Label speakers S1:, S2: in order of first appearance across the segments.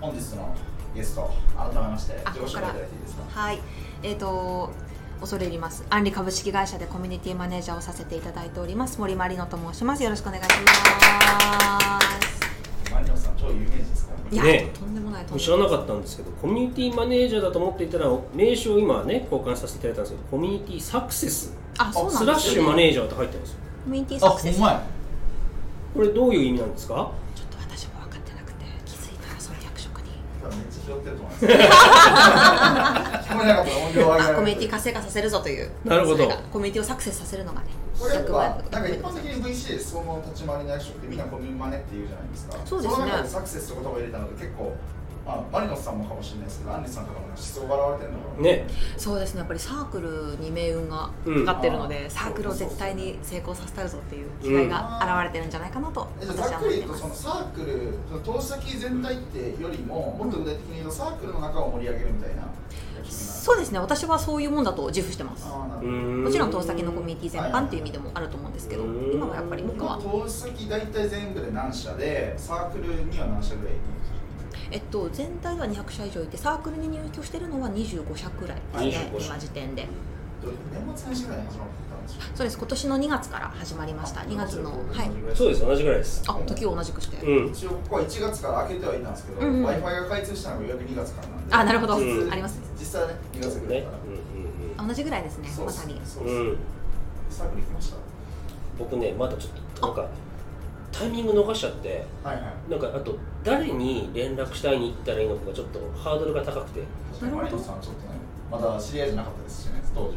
S1: 本日のゲスト改めまして
S2: あ
S1: 自己紹介いただいていいですか
S2: はい、えっ、と恐れ入ります。アンリ株式会社でコミュニティマネージャーをさせていただいております森まりのと申します。よろしくお願いします。
S1: マリノさん超有名人ですからね
S2: いや、
S3: ねえ
S2: とんでもないとんで
S3: 知ら
S2: も。
S3: ないかったんですけどコミュニティマネージャーだと思っていたら名称を今ね交換させていただいたんですけどコミュニティサクセス
S2: あ、そう
S3: ス
S2: な
S3: ラ
S2: ん
S3: ッ
S2: です
S3: シ
S2: よ、
S3: ュ
S2: ね。
S3: マネージャーって入ってます
S2: コミュニティ
S1: あ、
S2: サク
S1: ほ
S2: セ
S1: ん
S2: ス。
S1: ま
S2: ち
S1: や
S3: これどういう意味なんですか
S2: ょっと私も分かってなくて気づいたらその役職に。
S1: 多分めっちゃ拾ってると思います聞こえなかったら音量上げら
S2: あ、
S1: れ
S2: コ
S1: る
S2: ミュニティ活性化させるぞという。
S3: なるほど
S2: それがコミュニティをサクセスさせるのがね。
S1: これやっ
S2: 100
S1: ぱ
S2: 万円と
S1: なんか一
S2: か
S1: 般的に VC でその立ち回りの役職ってみんなコミュマネって言うじゃないですか
S2: そうですね
S1: の中でサクセスって言葉を入れたので結構、まあ、マリノスさんもかもしれないですけどアンリさんとかも思想が現れてるのかな
S3: ね
S2: そうですね。やっぱりサークルに命運が
S3: うん
S2: かかってるので、
S1: あー
S2: サークルを絶対に成功させたるぞっていう気概が現れてるんじゃないかなと
S1: え
S2: 私
S1: じゃあざ
S2: は
S1: っ
S2: 思
S1: く
S2: っ
S1: り
S2: て
S1: 言
S2: いう
S1: と
S2: ます
S1: そ。のサークルその投資先全体ってよりももっと具体的に言うとサークルの中を盛り上げるみたいな
S2: そうですね私はそういうもんだと自負してます
S1: あーなるほど
S3: も
S2: もちろん投資先のコミュニティ全般っていう意味でもあると思うんですけど
S3: うん
S2: 今はやっぱり僕
S1: 今
S2: は
S1: 投資先大体全部で何社でサークルには何社ぐらいいるんですか
S2: えっと全体では200社以上いてサークルに入居してるのは25社くらいですね
S3: 25社
S2: 今時点で
S1: どう年末年始ぐらいに始まったんですよ
S2: そうです今年の2月から始まりました2月のはい
S3: そうです同じぐらいです
S2: あ時を同じくして
S3: うん
S1: 一応ここは1月から開けてはいたんですけど、
S2: うんうん
S1: w i f i が開通したのがようやく2月からなんで
S2: あなるほど
S3: うん
S2: ありますね
S1: 実際はね2月ぐらい
S3: ね
S1: から、
S2: あ同じぐらいですね
S1: そう
S2: ま
S1: っす
S2: さに
S1: そう
S3: う
S1: っ
S3: ん
S1: す
S3: うんうん
S1: サークル行きまし
S3: 僕ねまだちょっとなんかタイミング逃しちゃって
S1: たはいはい
S3: なんかあと誰に連絡したいに行ったらいいのかがちょっとハードルが高くて
S1: 確かにマリノさんちょっとねまだ知り合いじゃなかったですしね当時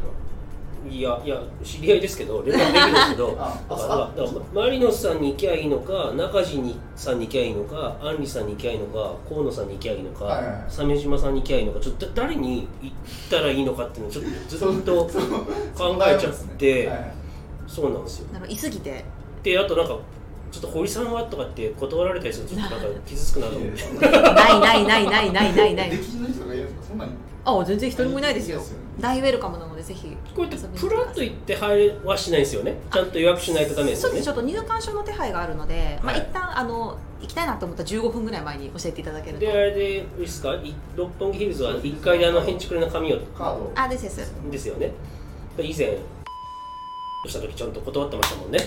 S1: はい
S3: やいや知り合いですけど連絡できるんですけど
S1: あ
S3: だから
S1: あ
S3: だからマリノスさんに行きゃいいのか中地にさんに行きゃいいのかアンリさんに行きゃいいのか河野さんに行きゃいいの
S1: はいはいはい
S3: か鮫島さんに行きゃいいのかちょっと誰に行ったらいいのかっていうのをちょっとずっと
S1: そう
S3: 考えちゃっ
S1: そう
S3: て
S1: はいはい
S3: そうなんですよ
S2: なのいすぎて
S3: であとなんかちょっと堀さんはとかって断られたりするとちょっとなんか傷つくなと思っ て
S2: ないないないないないないない
S1: できんの人がいるんですかそんなに
S2: あ全然一人もいないです
S1: い
S2: よ
S1: いですよね
S2: 大ウェルカムなのでぜひ
S3: こうやってプラッと行って入れはしないですよねちゃんと予約しないとダメです
S2: そう
S3: よ
S2: で
S3: ね
S2: すちょっと入館証の手配があるので、まあ
S3: はい
S2: 一旦あの行きたいなと思ったら15分ぐらい前に教えていただけると
S3: であれでいいですかい六本木ヒルズは1階であのヘンチクレの紙を
S1: カードを
S2: あですです
S3: ですよねで以前した時ちゃんと断ってましたもんね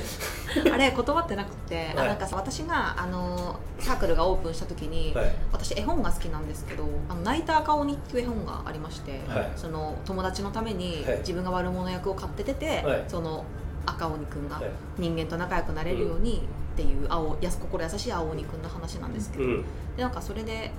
S2: あれ断ってなくて、あ
S3: はい
S2: なんかさ私があのサークルがオープンした時に、
S3: はい
S2: 私絵本が好きなんですけど「あの泣いた赤鬼」っていう絵本がありまして、
S3: はい
S2: その友達のために
S3: はい
S2: 自分が悪者役を買って出て、
S3: はい
S2: その赤鬼くんが
S3: はい
S2: 人間と仲良くなれるようにっていう青やす心優しい青鬼くんの話なんですけ
S3: う
S2: ど、
S3: ん
S2: でなんかそれで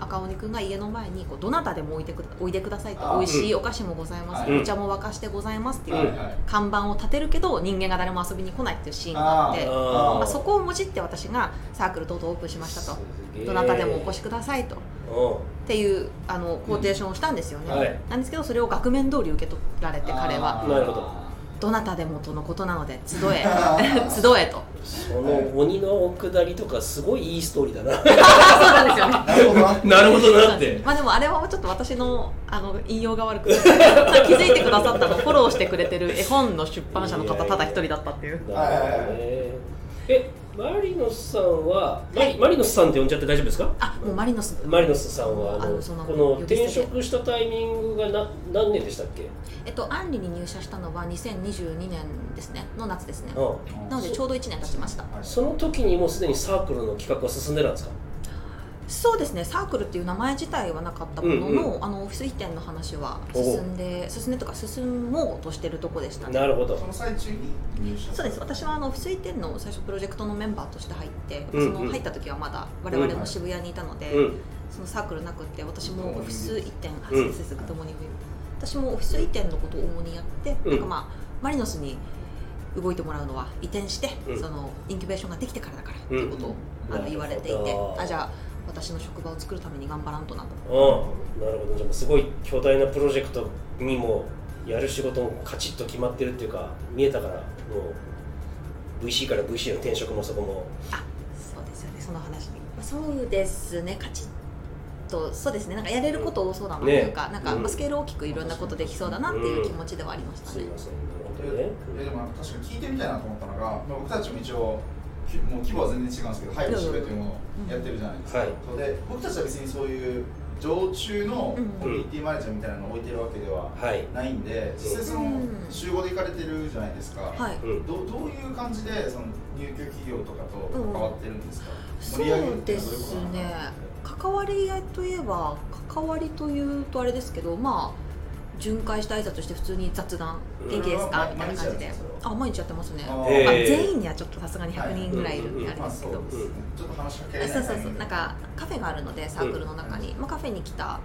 S2: 赤鬼くんが家の前にこう「どなたでも置いてくだおいでください」って
S1: あ
S2: 「美味しいお菓子もございます、
S3: うん
S2: お茶も沸かしてございます」っていう、
S1: はいはい
S2: 看板を立てるけど人間が誰も遊びに来ないっていうシーンがあって
S1: あー
S2: まあ
S3: あー
S2: そこをもじって私がサークル等々オープンしましたと
S3: すげえ
S2: どなたでもお越しくださいとっ
S3: う
S2: ていうあのコーテーションをしたんですよね、
S3: うんはい
S2: なんですけどそれを額面通り受け取られて彼
S1: あ
S2: は
S1: ー
S3: なるほど
S2: どなたでもとのことなので集え
S1: あー
S2: 集えと
S3: んその鬼のお下りとかすごいいいストーリーだな
S2: そうなんですよね
S1: なるほどな
S3: なるほどなっ
S2: そうなんで
S3: て
S2: す まあでもあれはちょっと私のあの引用が悪 くて気づいてくださったのフォローしてくれてる絵本の出版社の方ただ一人だったっていう
S1: はいはいはい
S3: なるほどねえマリノスさんはマリマリノスさんって呼んじゃって大丈夫ですか
S2: あもうマリノス
S3: マリノスさんはあ
S2: あ
S3: の
S2: のその
S3: この
S2: 呼び捨てで
S3: 転職したタイミングがな何年でしたっけ
S2: えっと、アンリに入社したのは2022年ですねの夏ですね
S3: う
S2: なのでちょうど1年経ちました
S3: んその時にもうすでにサークルの企画は進んでたんですか
S2: そうですねサークルっていう名前自体はなかったものの、
S3: うん
S2: あのオフィス移転の話は
S3: お
S2: 進んで進んでとか進もうとしてるとこでしたね
S3: なるほ
S1: そ
S3: ど
S1: の最中に入社
S2: そうです私はあのオフィス移転の最初プロジェクトのメンバーとして入って、
S3: うんうん
S2: その入った時はまだ我々も渋谷にいたので、
S3: うん
S2: そのサークルなくって私
S1: うん
S2: もオフィス移転あ
S3: うん
S2: 先生ともに私もオフィス移転のことを主にやって、
S3: うん
S2: なんかまあマリノスに動いてもらうのは移転して、
S3: うん
S2: そのインキュベーションができてからだからっていうことを、
S3: うん
S2: あの
S3: なるほど
S2: 言われていてあじゃあ私の職場を作るために頑張らんとなと
S3: うん、なるほどじゃあもうすごい巨大なプロジェクトにもやる仕事もカチッと決まってるっていうか見えたからもう VC から VC への転職もそこも
S2: そうですよねその話にそうですねカチッとそうですねなんかやれること多そうだなというか、
S3: ね
S2: なんか、
S3: うん
S2: まあスケール大きくいろんなことできそうだなっていう気持ちではありました
S3: す
S2: ね、
S3: いませんなるほどね
S1: えでもなんか確かに聞いてみたいなと思ったのが、まあ、僕たちも一応きもう規模は全然違うんですけど配慮してくれというものをやってるじゃないですか、
S3: はい
S1: それで僕たちは別にそういう常駐の
S2: うん
S1: コミュニティマネージャーみたいなのを置いてるわけでは
S3: はい
S1: ないんで、実際その
S2: うん
S1: 集合で行かれてるじゃないですか、
S2: はい
S3: うん
S1: どどういう感じでその入居企業とかと
S2: うん
S1: 関わってるんですか、
S2: そ
S1: 盛り上げる
S2: う
S1: ってい
S2: で
S1: のはどい
S2: す
S1: ことなん
S2: ね
S1: だろ
S2: 関わり合いといえば関わりというとあれですけどまあ巡回した挨拶して普通に雑談
S3: うん
S2: 元気ですかみたいな
S1: 毎
S2: 感じ
S1: 日やって
S2: で
S1: ますよ
S2: あ毎日やってますね、
S1: あ
S2: まあ、
S1: ー
S3: えー
S2: 全員にはちょっとさすがに100人ぐらいいるんで
S1: う
S2: あれ
S1: まあ
S2: ですけ
S1: そう
S2: ど、
S1: ですね、ちょっと話しかけられない
S2: そうそうそうなんかカフェがあるのでサークルの中に、まあ、カフェに来た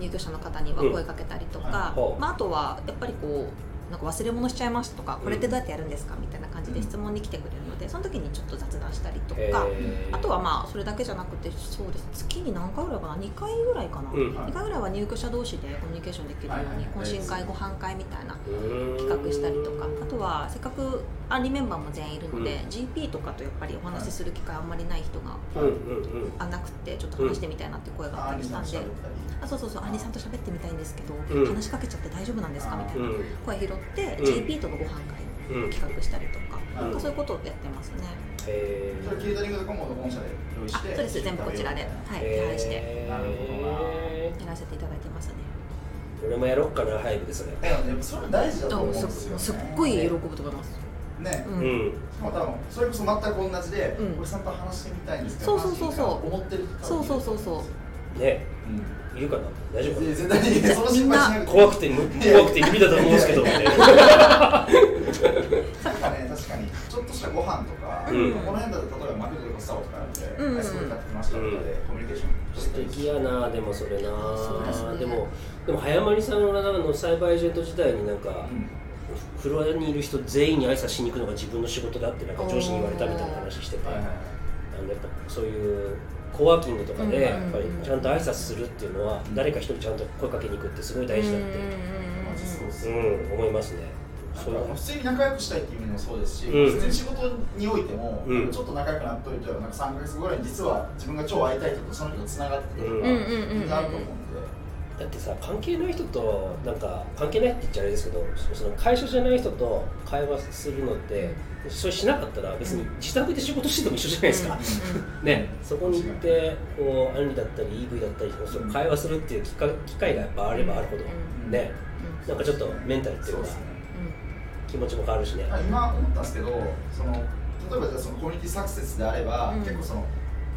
S2: 入居者の方には声かけたりとか、
S3: うんはい
S2: まあ、あとはやっぱりこうなんか忘れ物しちゃいましたとかこれってどうやってやるんですかみたいな感じで質問に来てくれるのでその時にちょっと雑談したりと
S3: え
S2: か、
S3: ー
S2: あとはまあそれだけじゃなくてそうです月に何回ぐらいかな2回ぐらいかな、
S3: う
S2: 二
S3: ん
S2: 2回ぐらいは入居者同士でコミュニケーションできるよ
S1: は
S2: う
S1: い
S2: に
S1: はい
S2: 懇親会ご飯会みたいな企
S3: 企
S2: 画したりとかあとはせっかくアンリメンバーも全員いるので、
S3: う
S2: GP とかとやっぱりお話しする機会あんまりない人が
S3: うんうんうん
S2: あなくてちょっと話してみたいなって声があ
S1: アン
S2: ったり
S1: リ
S2: した
S1: さん
S2: ん
S1: と喋ったり
S2: で、あそうそうそう兄さんと喋ってみたいんですけど、
S3: うん
S2: 話しかけちゃって大丈夫なんですかみたいうな、
S3: ん
S2: 声拾って、
S3: うん
S2: GP とのご飯会
S3: うん
S2: を企画したりとか、
S1: うん
S2: なんかそういうことをやってますね、
S3: えー
S1: それケータリングとかも本社で用意
S2: あ
S1: し
S2: そ
S1: て
S2: うです全部こちらで、はい、手配してや
S3: えー
S1: なるほ
S2: らせていただいてますね
S3: 俺もやろうかなハイブでそれ
S1: でもやっぱそれ大事だ
S2: だ
S1: と
S2: か
S1: 思うん
S2: ら
S1: ですすよ、ね、
S2: すっごい喜ぶと思います、
S1: ね
S2: う
S3: うんん
S1: まあ多分それこそ全く同じで、
S2: うん
S1: 俺さんと話してみたいんですけ
S2: そ
S1: ど
S2: うそうそうそう
S1: 話してみたい思ってる人
S2: そうそうそうそう
S3: ね
S1: うん
S3: いるかな大丈夫か
S1: いや絶対にその心配しなくて
S3: 怖くてむ怖くて無理だと思うんですけどみたいな
S1: なんかね確かにちょっとしたご飯とか、
S3: うん
S1: この辺だと例えばマクドとかスタバとかあるんで、
S2: うん
S1: アイスコーヒー買ってきましたとかで、コミュニケーション
S3: 素
S1: して
S3: 敵やなでもそれな
S2: そうですね
S3: でもでも早まりさんがの栽培エージェント時代になんか、
S1: うん
S3: フロアにいる人全員に挨拶しに行くのが自分の仕事だってなんか上司に言われたみたいな話してて、
S1: はいはいはい
S3: あのやっぱそういうコワーキングとか
S2: うん
S3: でやっぱり
S2: うん
S3: ちゃんと挨拶するっていうのは
S1: うん
S3: 誰か一人ちゃんと声かけに行くってすごい大事だっ
S2: うんうん
S3: て
S1: マジそうっす
S3: う
S1: ね
S3: ん思いますねそう
S1: なんか普通に仲良くしたいっていう意味もそうですし、
S3: うん
S1: 普通に仕事においても、
S3: うん
S1: ちょっと仲良くなっといたらなんか3ヶ月後ぐらいに実は自分が超会いたい人とその人がつながってて、
S3: うん
S2: うんうんうんうん
S1: あると思うんで、
S3: だってさ関係ない人となんか関係ないって言っちゃあれですけどそその会社じゃない人と会話するのってそれしなかったら別に自宅で仕事してても一緒じゃないですか、ね、そこに行ってこうアニメだったり EV だったりそう
S1: うん
S3: 会話するっていう機会機会がやっぱあればあるほど、
S2: うん
S3: ねなんかちょっとメンタルってい
S1: そう
S3: う
S1: で
S3: か
S1: すね
S3: 気持ちも変わるしね、
S1: あ今思ったんですけどその例えばじゃあそのコミュニティサクセスであれば、
S2: うん
S1: 結構その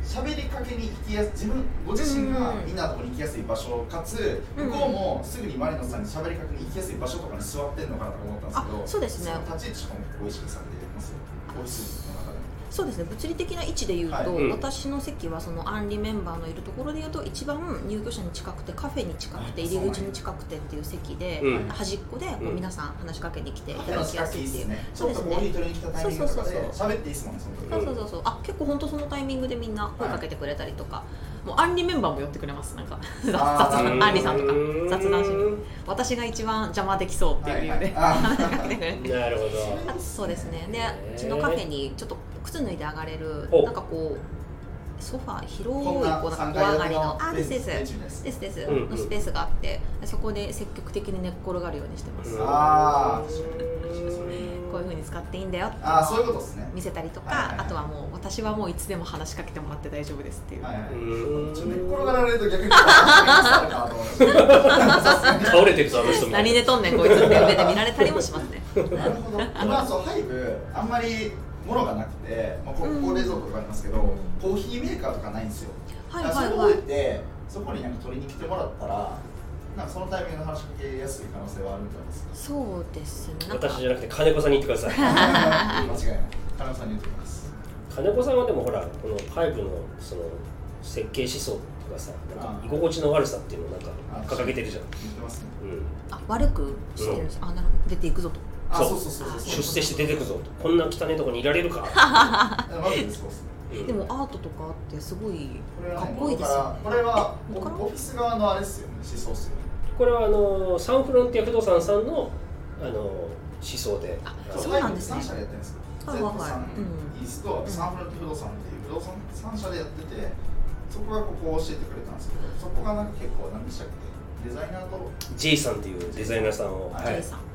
S1: 喋りかけに行きやす自分ご自身が
S2: うん
S1: みんなのところに行きやすい場所かつ
S2: うん
S1: 向こうもすぐにマリノさんに喋りかけに行きやすい場所とかに座ってんのかなとか思ったんですけど
S2: あそうですね
S1: の立ち位置とかも結構意識されてますオフィスの中でも
S2: そうですね物理的な位置で言うと、
S1: はい
S3: うん
S2: 私の席はそのアンリメンバーのいるところで言うと一番入居者に近くてカフェに近くて
S1: あ
S2: 入り口に近くてっていう席で、
S3: うん
S2: 端っこでこう
S3: うん
S2: 皆さん話しかけに来てい
S1: カフェ
S2: ただ
S1: の
S2: きや
S1: 近
S2: す
S1: くい
S2: い
S1: い
S2: っ
S1: で
S2: てい
S1: す
S2: う
S1: ねち
S2: そ
S1: ょ
S2: う
S1: っ
S2: で
S1: と
S2: す
S1: コーヒー
S2: ね
S1: 取りに来たタイミングとか
S2: そうそう
S1: で
S2: そう
S1: 喋っていいですもんねその時、
S2: そうそうそうそうあ結構本当そのタイミングでみんな声かけてくれたりとか、もうアンリメンバーも寄ってくれますなんか雑
S1: あー
S2: 談アンリさんとか
S3: う
S2: 雑談しに
S3: ん
S2: 私が一番邪魔できそうっていう理由で、
S1: はいはい
S2: 話しかけてくれて
S3: なるほど
S2: あ そうですねで
S3: へー
S2: うちのカフェにちょっと靴脱いで上がれる
S3: お
S2: なんかこうソファー広
S1: こ
S2: いこ
S1: ん
S2: うな
S1: なん
S2: か
S1: 3
S2: 小
S1: 階
S2: 上がり
S1: の
S2: のあですです
S1: ベンチみたいです
S2: ですです
S3: うんうん
S2: のスペースがあってそこで積極的に寝っ転がるようにしてます、
S3: うん
S2: こ
S1: あ
S2: ういうふうに使っていいんだよっていうのを
S1: ああそういうことですね
S2: 見せたりとか、
S1: はいはいはい
S2: あとはもう私はもういつでも話しかけてもらって大丈夫ですっていう、
S1: はいはい
S3: うん
S1: ちょっと寝っ転がられると逆にあるかなと思いました
S3: 倒れてるぞあの人も
S2: 何でとんねんこいつって上で見られたりもします ね
S1: なるほど。まあそうハイブあんまりものがなくて、まあこ
S2: うん
S1: 高冷蔵庫とかありますけど、コーヒーメーカーとかないんですよ。
S2: はい
S1: だからそ
S2: はい
S1: れ
S2: はい
S1: 覚えてそこになんか取りに来てもらったら、なんかそのタイミングの話しかけやすい可能性はあるんじゃないですか。
S2: そうですねなんか
S3: 私じゃなくて金子さんに言ってください
S1: 間違いない。田中さんに言ってきます。
S3: 金子さんはでもほらこのハイブのその設計思想とかさなんか居心地の悪さっていうのをなんか掲げてるじゃん、
S1: 言ってますね。
S3: うん、
S2: あ悪くしてるんです、あなるほど出ていくぞと
S1: あ
S3: そう
S1: そうそうそうそうそう。
S3: 出世して出てくぞとこんな汚いとこにいられるか、
S1: あマジでそうですね。
S3: うん
S2: でもアートとかあってすごい
S1: これは
S2: か
S1: ね
S2: っこいいですよね
S1: これは
S2: えここから
S1: オフィス側のあれですよね。思想ですよね。
S3: これはあのサンフロンティア不動産さんのあの思想で
S2: あ
S3: あの
S2: そうなんですね
S1: 3社でやってるんですよ。
S2: はいはいはい
S1: Z さん
S2: う
S1: イ
S2: ん
S1: ースとサンフラント不動産っていう不動産3社でやってて、そこがここを教えてくれたんですけど、そこがなんか結構何でしたっけ、デザイナーと
S3: J さんっていうデザイナーさんを、
S1: はい
S2: J さん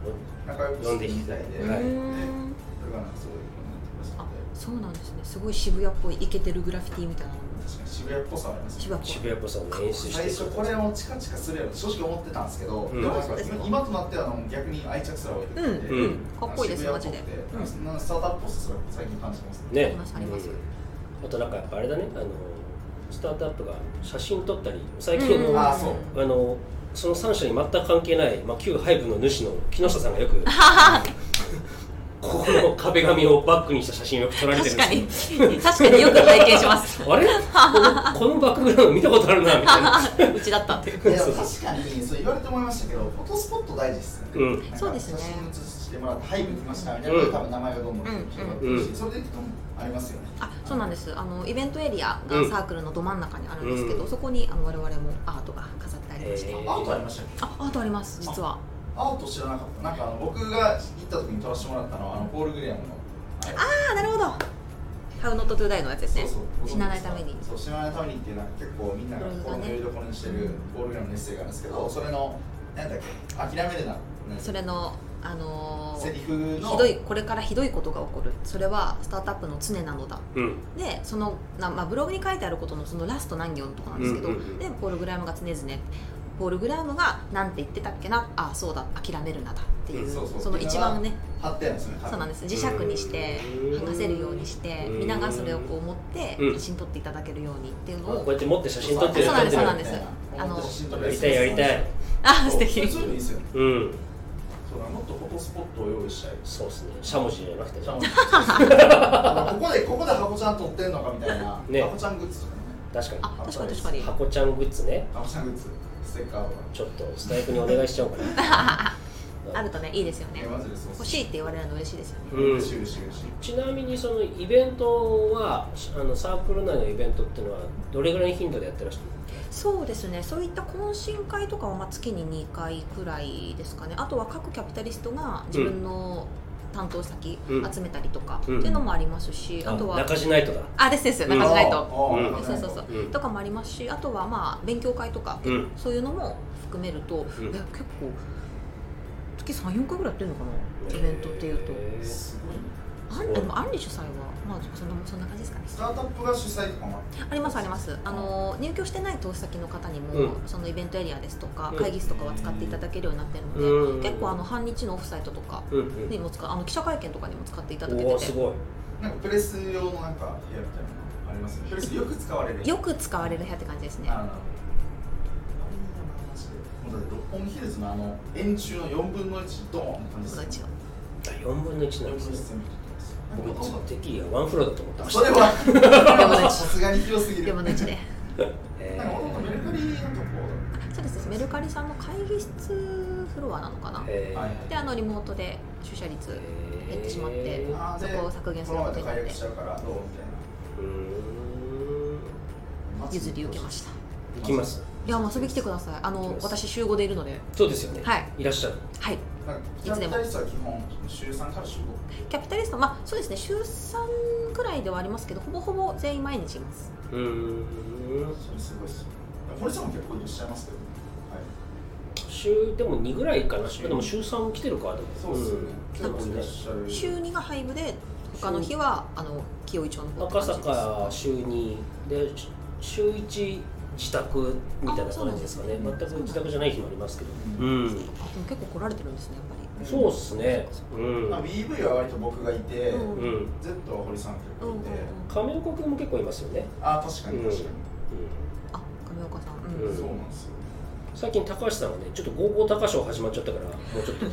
S1: 仲良くしてみたいで、
S3: は
S2: ー
S3: い
S2: ん
S1: だからなんかすごいいろんなところ
S2: あ
S1: で。
S2: そそうなんですねすごい渋谷っぽいイケてるグラフィティみたいなのも
S1: 確かに渋谷っぽさはありますね
S2: 渋谷っぽい
S3: 渋谷っぽさを演出して
S1: 最初これをチカチカするやろ正直思ってたんですけど、
S3: うん
S1: でもなんか今今となってはあの逆に愛着すら湧いてくるんで、
S3: うんうん
S2: かっこいいですマジで
S1: なんかそんなスタートアップポストすら最近感じてます
S3: ね
S2: 話ありますよ
S3: うんあとなんかやっぱあれだねあのスタートアップが写真撮ったり最近の、
S1: うん
S3: あ
S1: あそう
S3: のその3社に全く関係ない、まあ、旧ハイブの主の木下さんがよくここの壁紙をバックにした写真をよく撮られてる
S4: 確
S3: んで
S4: か
S3: すけ
S4: に
S3: ど
S4: 確かによく拝見します
S3: あれこのこのバックグラウンド見たことあるなみたいな、
S4: うちだったっていう
S1: いや
S3: そう
S1: 確
S3: そう
S1: かにそう言われて思いましたけどフォトスポット大事ですよね、
S3: うん
S1: なんか
S2: そうですね
S1: 写真写してもらって「はい見てきました」みたいなので
S3: うん
S1: 多分名前がどんどん広がってるし、
S3: うん
S1: それでいくとありますよね
S2: あそうなんですあのイベントエリアが
S3: うん
S2: サークルのど真ん中にあるんですけど、
S3: うん
S2: そこにあの我々もアートが飾ってありまして、
S3: へー
S1: アートありましたよ
S2: あアートあります実は
S1: アート知らなかったなんかあの僕が行った時に撮らせてもらったのはあのポール・グレアムのあれ
S2: ああなるほど「How Not to Die」のやつですね
S1: そうそう
S2: 死なないために
S1: そう死なないためにっていうのは結構みんなが心のよりどころにしてるボールグラムのエッセイがあるんですけどそれのなんだっけ諦めるななんだっけ
S2: それのあのー
S1: セリフの
S2: ひどいこれからひどいことが起こるそれはスタートアップの常なのだ
S3: うん
S2: でそのな、まあ、ブログに書いてあることのそのラスト何行のとこなんですけど、
S3: うんうんうん
S2: でポール・グラムが常々ポール・グラムがなんて言ってたっけなああそうだ諦めるなだっていう,、
S1: うんそうそう
S2: の一番ね
S1: 貼ってあるんですよね
S2: そうなんですす磁石にして
S3: うん
S2: 剥がせるようにして
S3: うん
S2: 皆がそれをこう持って
S3: うん
S2: 写真撮っていただけるようにっていうの
S3: こう
S2: を
S3: やって持って写真撮ってる
S2: そうなんです
S3: 撮
S2: そ
S3: ってる
S2: うなんですあの
S3: やりたいやりたい
S2: あ素敵
S1: そういうのいいですよね
S3: うん
S1: そうだもっとフォトスポットを用意したい
S3: そうですねしゃもじじゃなくてね
S1: じゃあもうあのここでここでハコちゃん撮ってんのかみたいな、
S3: ね
S1: ハコちゃんグッズとかね
S3: 確かに
S2: あ確かに確かに
S3: 箱ちゃんグッズね
S1: ハコちゃんグッズステッカーとか
S3: ちょっとスタイフにお願いしちゃおうかな
S2: あるとねいいですよね
S1: えマジでそう
S2: 欲
S1: い
S2: しいって言われるの嬉しいですよね
S3: うん
S1: 嬉しい嬉しい嬉しい
S3: ちなみにそのイベントはあのサークル内のイベントっていうのはどれぐらいの頻度でやってらっしゃ
S2: そうですねそういった懇親会とかはまあ月に2回くらいですかねあとは各キャピタリストが自分の担当先
S3: うん
S2: 集めたりとかって
S3: うん
S2: いうのもありますし、
S3: る
S2: あとは
S3: 中地ナイトだ
S2: あですです
S3: うん
S2: 中地ナイ
S1: あ
S2: ト
S1: ーあー
S3: うん
S2: そうそうそう
S3: うん
S2: とかもありますしあとはまあ勉強会とか
S3: うん
S2: そういうのも含めると、
S3: ん
S2: え結構月34回ぐらいやってるのかなイベントっていうと
S3: へー
S1: すごいね
S2: あんでもアンリ主催はまあそんなそんな感じですかね
S1: スタートアップが主催とかもあって
S2: ありますありますあの入居してない投資先の方にも、
S3: うん
S2: そのイベントエリアですとか
S3: うん
S2: 会議室とかは使っていただけるようになってるので、
S3: うん
S2: 結構あの半日のオフサイトとか
S3: うんうん
S2: にも使うあの記者会見とかにも使っていただけ
S3: お
S2: て
S3: おす
S2: て
S3: ごい
S1: なんかプレス用のなんか部屋みたいなのありますよねプレスよく使われる
S2: よく使われる部屋って感じですね
S1: あのあれいいなマジでもうだって六本木ヒルズのあの円柱の4分の1ドーンって感じ
S2: その
S1: で
S2: う
S1: す
S2: ちを
S1: よ
S3: 4分の1なん
S1: 4分
S3: で
S1: の
S3: す
S1: 1
S3: ね
S1: 全部取ってます
S3: 僕
S1: なんか
S3: てっきりワンフロアだと思ってまし
S1: それ
S3: た
S1: はそれ
S2: 分の
S1: は
S2: 一
S1: さすがに広すぎる
S2: 山の
S1: なん
S2: 内
S1: か
S2: で
S3: え
S1: ほとんどメルカリなんかこ
S2: あそうですですメルカリさんの会議室フロアなのかな
S3: ーえ
S1: はい
S3: ー
S2: であのリモートで出社率減ってしまって、
S3: え
S1: うあーで
S2: そこを削減す
S1: こ
S2: る
S1: の
S2: こ
S1: まま
S2: と
S1: で解
S2: になって
S1: 約しちゃうからどうみたいう
S3: ーん
S1: な
S2: 譲り受けました
S3: 行きます
S2: いやもう遊びに来てくださいあ
S3: 行き
S2: の
S3: ます
S2: 私週5でいるので
S3: そうですよね
S2: はい
S3: いらっしゃる
S2: はい
S1: なんかキャピタリストは基本週3から週5
S2: キャピタリストまあそうですね週3くらいではありますけどほぼほぼ全員毎日います
S3: うーん
S1: それすごいっすよ堀さんも結構いらっしゃいますけどねはい
S3: 週でも2ぐらいかなでも週3来てるかでも
S1: そうですよね
S3: うん
S1: 結構いらっしゃる
S2: 週2が廃部で他の日はあの清井町の方って
S3: 赤
S2: 感じです
S3: 坂週2で週1自宅みたいな感じですかね
S2: あそうなんで
S3: 全
S2: すね
S3: く自宅じゃない日もありますけどうん
S2: あでも結構来られてるんですねやっぱり
S3: そうっすねうん
S1: まあ、BV は割と僕がいて、
S2: うん
S3: うん
S1: Z は堀さん結
S2: うんう
S1: 構い
S2: んうん
S1: て、
S3: 亀岡君も結構いますよね
S1: ああ確かに確かに、
S2: あ亀岡さんうん、
S3: うん
S1: そうなんですよ、
S3: 最近高橋さんはねちょっと合コン高賞始まっちゃったからもうちょっと
S1: う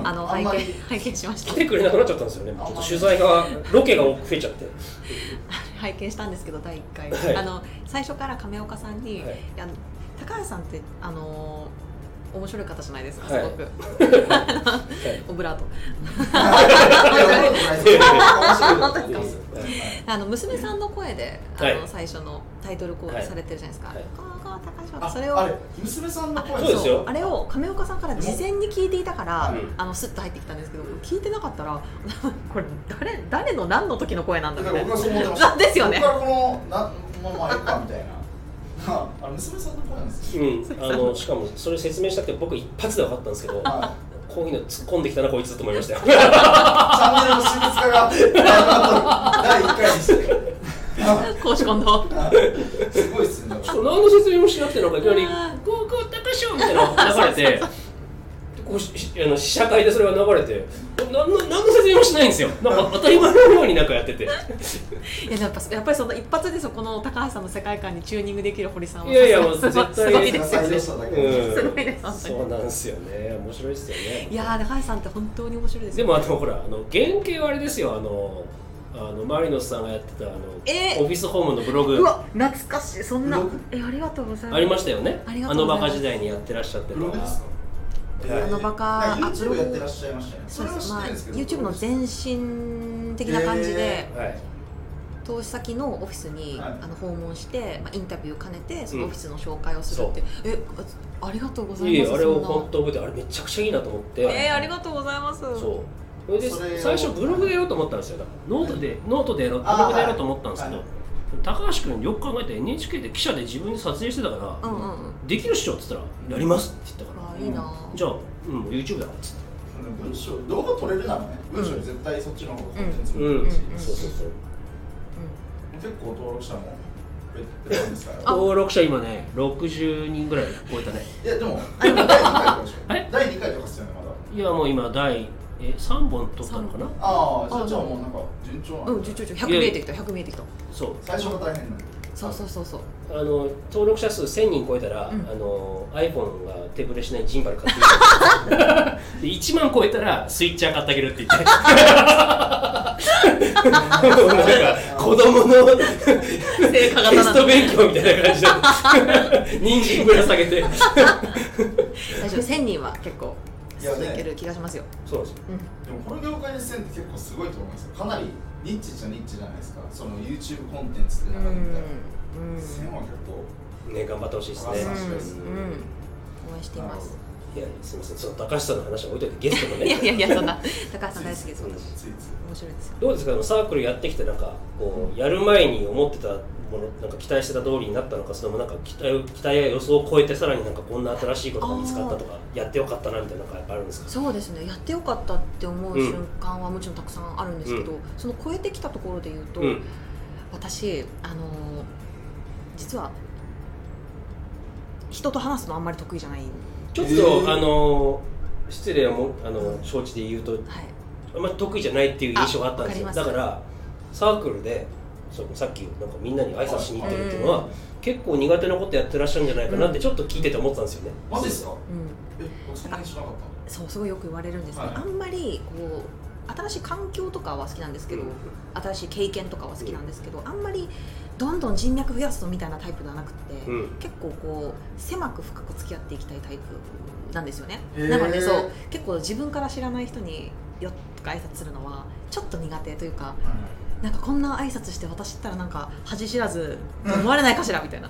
S1: ん
S2: あの
S1: んま
S2: 拝見
S1: り
S2: 拝見しまし
S3: 来
S2: た
S3: てくれなくなっちゃったんですよねちょっと取材がロケが多く増えちゃって
S2: 拝見したんですけど第1回、
S3: はい
S2: あの最初から亀岡さんに、
S3: はい
S2: あの高橋さんってあのー面白い方じゃないですか、
S3: はい
S2: すごくオブラート
S1: いやそんなこと ないですよ面白いですよ
S3: はい
S2: あの娘さんの声で、
S3: はい
S2: あの最初のタイトルコールされてるじゃないですか、
S3: は
S2: はい
S3: はい
S2: 高
S1: あ
S2: 橋それを
S1: あれ娘さんの声
S3: そうですよ
S2: あれを亀岡さんから事前に聞いていたから、
S1: うん
S2: あのスッと入ってきたんですけど聞いてなかったら これ誰誰の何の時の声なんだ
S1: だ
S2: み
S1: か
S2: た
S1: ら
S2: い
S1: 僕は
S2: な
S1: そう思ってました
S2: ですよね
S1: 僕はこのなまあまあええかみたいな ああれ娘さんの声なんですよ
S3: うん、あのしかもそれ説明したくて僕一発で分かったんですけど
S1: は
S3: ここういうの突っ込んできたなこいつと思いましたよ
S1: チャンネルの親密化が第1回にして
S4: 公私混同
S1: すごいっすねだか
S3: そう何の説明もしなくてなんかいきなり「高校高賞」みたいなの流れてでこうししあの試写会でそれが流れて何の何の説明もしないんですよなんか当たり前のようになんかやってて
S4: いややっぱやっぱりその一発でそこの高橋さんの世界観にチューニングできる堀さんはい
S3: やいやもう
S4: すご
S3: 絶対
S4: すごい
S1: ら
S4: ですよ
S1: 再
S4: ね
S1: 現しただけで
S3: うん
S4: すごいです本当に
S3: そうなんですよね面白いですよね
S4: いやー高橋さんって本当に面白いです
S3: で
S4: よ
S3: もあのほらあの原型はあれですよあのあのマリノスさんがやってたあの、
S4: えー
S3: オフィスホームのブロ
S4: う
S3: グ
S4: わ懐かしいそんな
S1: ブログ
S4: えありがとうございます
S3: ありましたよね
S4: ありがと
S3: の
S4: うござ
S3: バ
S4: います
S3: カ時代にやってらっしゃってた
S1: ブログですか
S4: あのバカ
S1: いや YouTube やってらっしゃいましたよね
S4: そうです、まあ、
S1: は知ってるんですけ
S4: YouTube
S1: ど
S4: の前身的な感じで
S1: へ、
S3: はい
S2: 投資先のオフィスに、
S1: はい
S2: あの訪問して、まあ、インタビュー兼ねてそ
S3: うん
S2: のオフィスの紹介をするって、えあありがとうござ
S3: い
S2: い
S3: えい
S2: ます
S3: えあれを
S2: そん
S3: 本
S2: な
S3: 当覚えてあれめちゃくちゃいいなと思って、
S2: えー、ありがとうございます
S3: そうそれで
S1: それを
S3: 最初ブログでやろうと思ったんですよだからノートでノートでやろうブログでやろうと思ったんですけど、
S1: あは
S3: 高橋君よく考えて NHK で記者で自分で撮影してたから、
S2: んうんうん
S3: できるっしょっつったら「やります」って言ったから
S2: あいいな
S3: 「じゃあ、うん、YouTube だ」っつって。
S1: 文章動画撮れるならね文章より絶対そっちの方がコンテンツ
S3: うん
S1: もいいし
S3: そうそうそう
S1: 結構登録者も増えてるんですから
S3: 登録者今ね60人ぐらい超えたね
S1: いやでも第2回とかでしょ
S3: え
S1: 第2回とかっすよねまだ
S3: いやもう今第え3本撮ったのかな
S1: ああじゃあじゃあもうなんか順調な
S2: うんん
S1: だ
S2: ちょちょちょ100見えてきた100見えてきた
S3: そう
S1: 最初が大変なんで
S2: そうそうそうそう
S3: あの登録者数1000人超えたら、
S2: うん
S3: あの iPhone が手ぶれしないジンバル買ってくれ るで1万超えたらスイッチャー買ってあげるって言ってなんか子供の
S4: 成果
S3: テ
S4: 型な
S3: ス
S4: んで
S3: ト勉強みたいな感じで人参ぶら下げて
S2: 大丈夫1000人は結構
S1: いや
S2: いけ
S1: ね
S2: る気がしますよ、
S3: そうなんですよ
S1: でもこの業界の線って結構すごいと思いますよかなりニッチっちゃニッチじゃないですかその YouTube コンテンツ
S2: う
S1: で
S2: ん
S1: 中で見たら
S2: うん
S1: 線は結構
S3: ね頑張ってほしいですね
S1: う楽しみです
S2: うんうん応援しています
S3: いやすみませんその高橋さんの話は置いといてゲストの
S2: いや
S3: ね
S2: いやいやそんな高橋さん大好きです
S3: うん
S2: 私
S1: ついつい
S2: 面白いですよ
S3: どうですかあのサークルやってきてなんかこうやる前に思ってたものなんか期待してた通りになったのかそれもなんか期待を期待や予想を超えてさらになんかこんな新しいことが見つかったとかやってよかったなみたいなのがやっぱあるんですか
S2: そうですねやってよかったって思う
S3: うん
S2: 瞬間はもちろんたくさんあるんですけど、
S3: う
S2: その超えてきたところで言うと、
S3: うん
S2: 私あのー実は人と話すのあんまり得意じゃない、はい、
S3: ちょっと、
S1: えー
S3: あの失礼はもあの承知で言うとあんまり得意じゃないっていう印象があったんですよ
S2: あわか
S3: だ
S2: ります
S3: からサークルでそうさっきなんかみんなに挨拶しに行ってるっていうのは、結構苦手なことやってらっしゃるんじゃないかなってちょっと聞いてて思ってたんですよね、
S1: マジっすか
S2: うん、
S1: え僕そんなにしなかっ
S2: そうすごいよく言われるんですけど、
S1: はい
S2: あんまりこう新しい環境とかは好きなんですけど、新しい経験とかは好きなんですけど、あんまりどんどん人脈増やすみたいなタイプではなくて、
S3: うん
S2: 結構こう狭く深く付き合っていきたいタイプなんですよね
S1: へー
S2: なのでそう結構自分から知らない人によっとか挨拶するのはちょっと苦手というか
S1: たはい
S2: なんかこんな挨拶して私ったらなんか恥知らず思われないかしらみたいな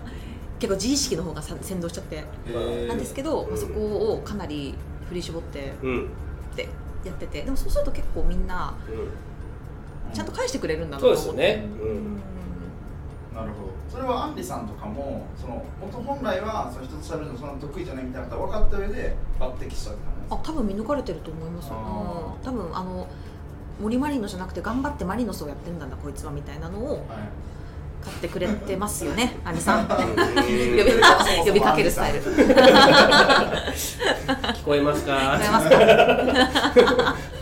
S2: 結構自意識の方がさ先導しちゃって
S1: えー
S2: なんですけど、まあ
S3: うん
S2: そこをかなり振り絞って
S3: うん
S2: やっててでもそうすると結構みんなちゃんと返してくれるんだな
S3: そ
S2: と思っ
S3: うで
S2: て
S3: すよね、う
S2: うんん
S1: なるほどそれはアンリさんとかもその元本来はその人と喋るのそんな得意じゃないみたいなことは分かった上で抜擢したって感じなんです
S2: あ
S1: か
S2: 多分見抜かれてると思いますよ、
S1: あ
S2: うん多分あの森マリノじゃなくて頑張ってマリノスをやってんだんだこいつはみたいなのを
S1: はい
S2: 買ってくれてますよ ね兄さん
S3: うん
S2: 呼び
S1: うん
S2: 呼びかけるスタイル聞こ
S3: 聞こえますか
S2: えますか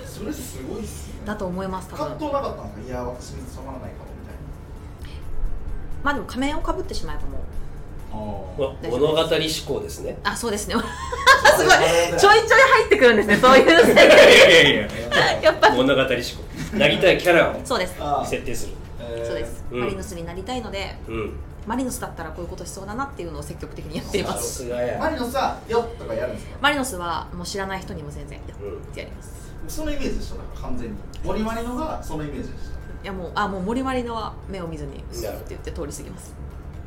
S1: それすごいっすね
S2: だと思います多
S1: 葛
S2: 分
S1: 藤なかったんですかいや私に務まらないかもみたいな
S2: まあでも仮面をかぶってしまえばもう
S1: あ
S3: わ物語志向ですね
S2: あそう ですね
S1: あ
S2: すごいちょいちょい入ってくるんですねそういう世
S3: い
S2: 界
S3: やいやい
S2: やっぱ
S3: や物語志向なりたいキャラを
S2: そうです
S1: あー
S3: 設定する
S1: えー
S2: そうです、
S3: うん
S2: マリノスになりたいので
S3: うん
S2: マリノスだったらこういうことしそうだなっていうのを積極的にやっていま
S3: さ
S2: す
S3: すが
S1: マ
S3: や
S1: リノスはよっとかやるんですか
S2: マリノスはもう知らない人にも全然や
S3: うん
S2: ってやります
S1: そのイメージでしただから完全に森マリノがそのイメージでした
S2: いやもうあもう森マリノは目を見ずにスーって言って通り過ぎます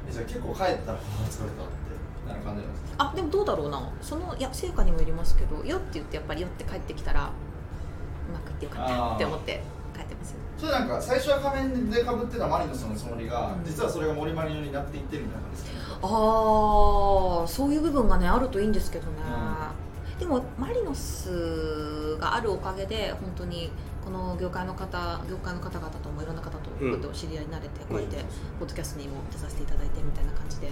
S1: えじゃあ結構帰ったらあー疲れたってなる感じなんですか
S2: あでもどうだろうなそのいや成果にもよりますけどよって言ってやっぱりよって帰ってきたらうまくいってよかったって思って帰ってますよ
S1: それなんか最初は仮面でかぶってたマリノスのつもりが、
S2: うん
S1: 実はそれが森マリノになっていってるみたいな感じですかね
S2: あーそういう部分がねあるといいんですけどね、でもマリノスがあるおかげで本当にこの業界の方業界の方々ともいろんな方とこうやってお知り合いになれて、こうやってポッドキャストにも出させていただいてみたいな感じで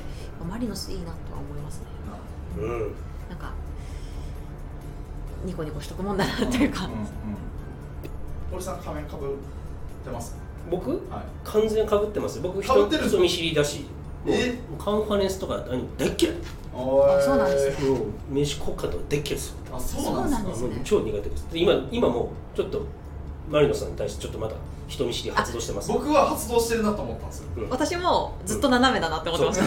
S2: マリノスいいなとは思いますね
S3: うん
S2: なんかニコニコしとくもんだなっていうか、
S1: んん堀さん仮面かぶってます
S3: 僕
S1: はい
S3: 完全かぶってます僕
S1: 被
S3: 人
S1: ってる
S3: 人見知りだしもう
S1: え
S3: カンファレンスとかあの大っ嫌い
S1: あ
S2: あそうなんですね
S3: もう名刺交換とか大っ嫌いですよ
S1: あそうなんです
S2: そうなん
S1: か
S2: ですね
S3: もう超苦手ですで今今もうちょっとマリノさんに対してちょっとまだ人見知り発動してます
S1: 僕は発動してるなと思ったんです よ
S4: 私もずっと斜めだなって思ってました、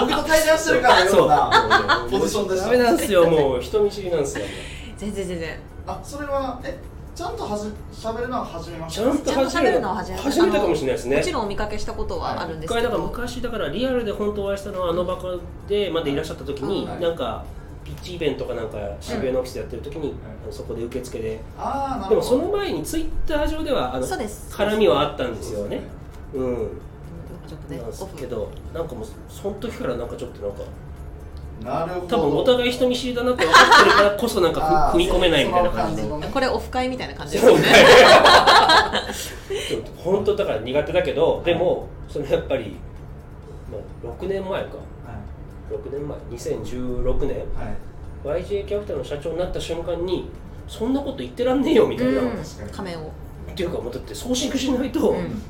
S1: 僕と対談してるからのようなポジションでした
S3: ダメなんですよもう人見知りなんですよ
S2: 全然全然
S1: あそれはえちゃんとはじ喋るのは初めまし
S3: ち
S1: た
S3: ゃんと
S2: ちゃんと喋るのは初めて
S3: 初めてかもしれないですね
S2: もちろんお見かけしたことはあるんで
S3: 一
S2: すけど、
S3: 回だから昔だからリアルで本当お会いしたのはあのバカでまでいらっしゃった時に、
S1: はい
S3: なんかピッチイベントかなんか渋谷のオフィスでやってる時に、あのそこで受付で
S1: ああな
S3: で
S1: る
S3: も
S1: ほど
S3: その前にツイッター上ではあの
S2: そうです
S3: 絡みはあったんですよねうん
S2: ちょっと
S3: な
S2: ね
S3: んで
S2: オ
S3: す
S2: フ
S3: けどなんかもうその時からなんかちょっとなんか
S1: なるほど
S3: 多分お互い人見知りだなって分かってるからこそなんか
S1: あー
S3: ふ踏み込めないみたいな感じ
S1: そ
S3: で
S1: の感じのね
S2: これオフ会みたいな感じです
S3: そ
S2: よ
S3: う
S2: ね
S3: ね本当だから苦手だけどでもそのやっぱり、まあ、6年前か6年前2016年
S1: はいはい
S3: YJ キャピタルの社長になった瞬間にそんなこと言ってらんねえよみたいな、
S2: うん
S3: っ
S1: 確かに
S2: 仮面を
S3: ていうかもうだって送信しないと
S2: うん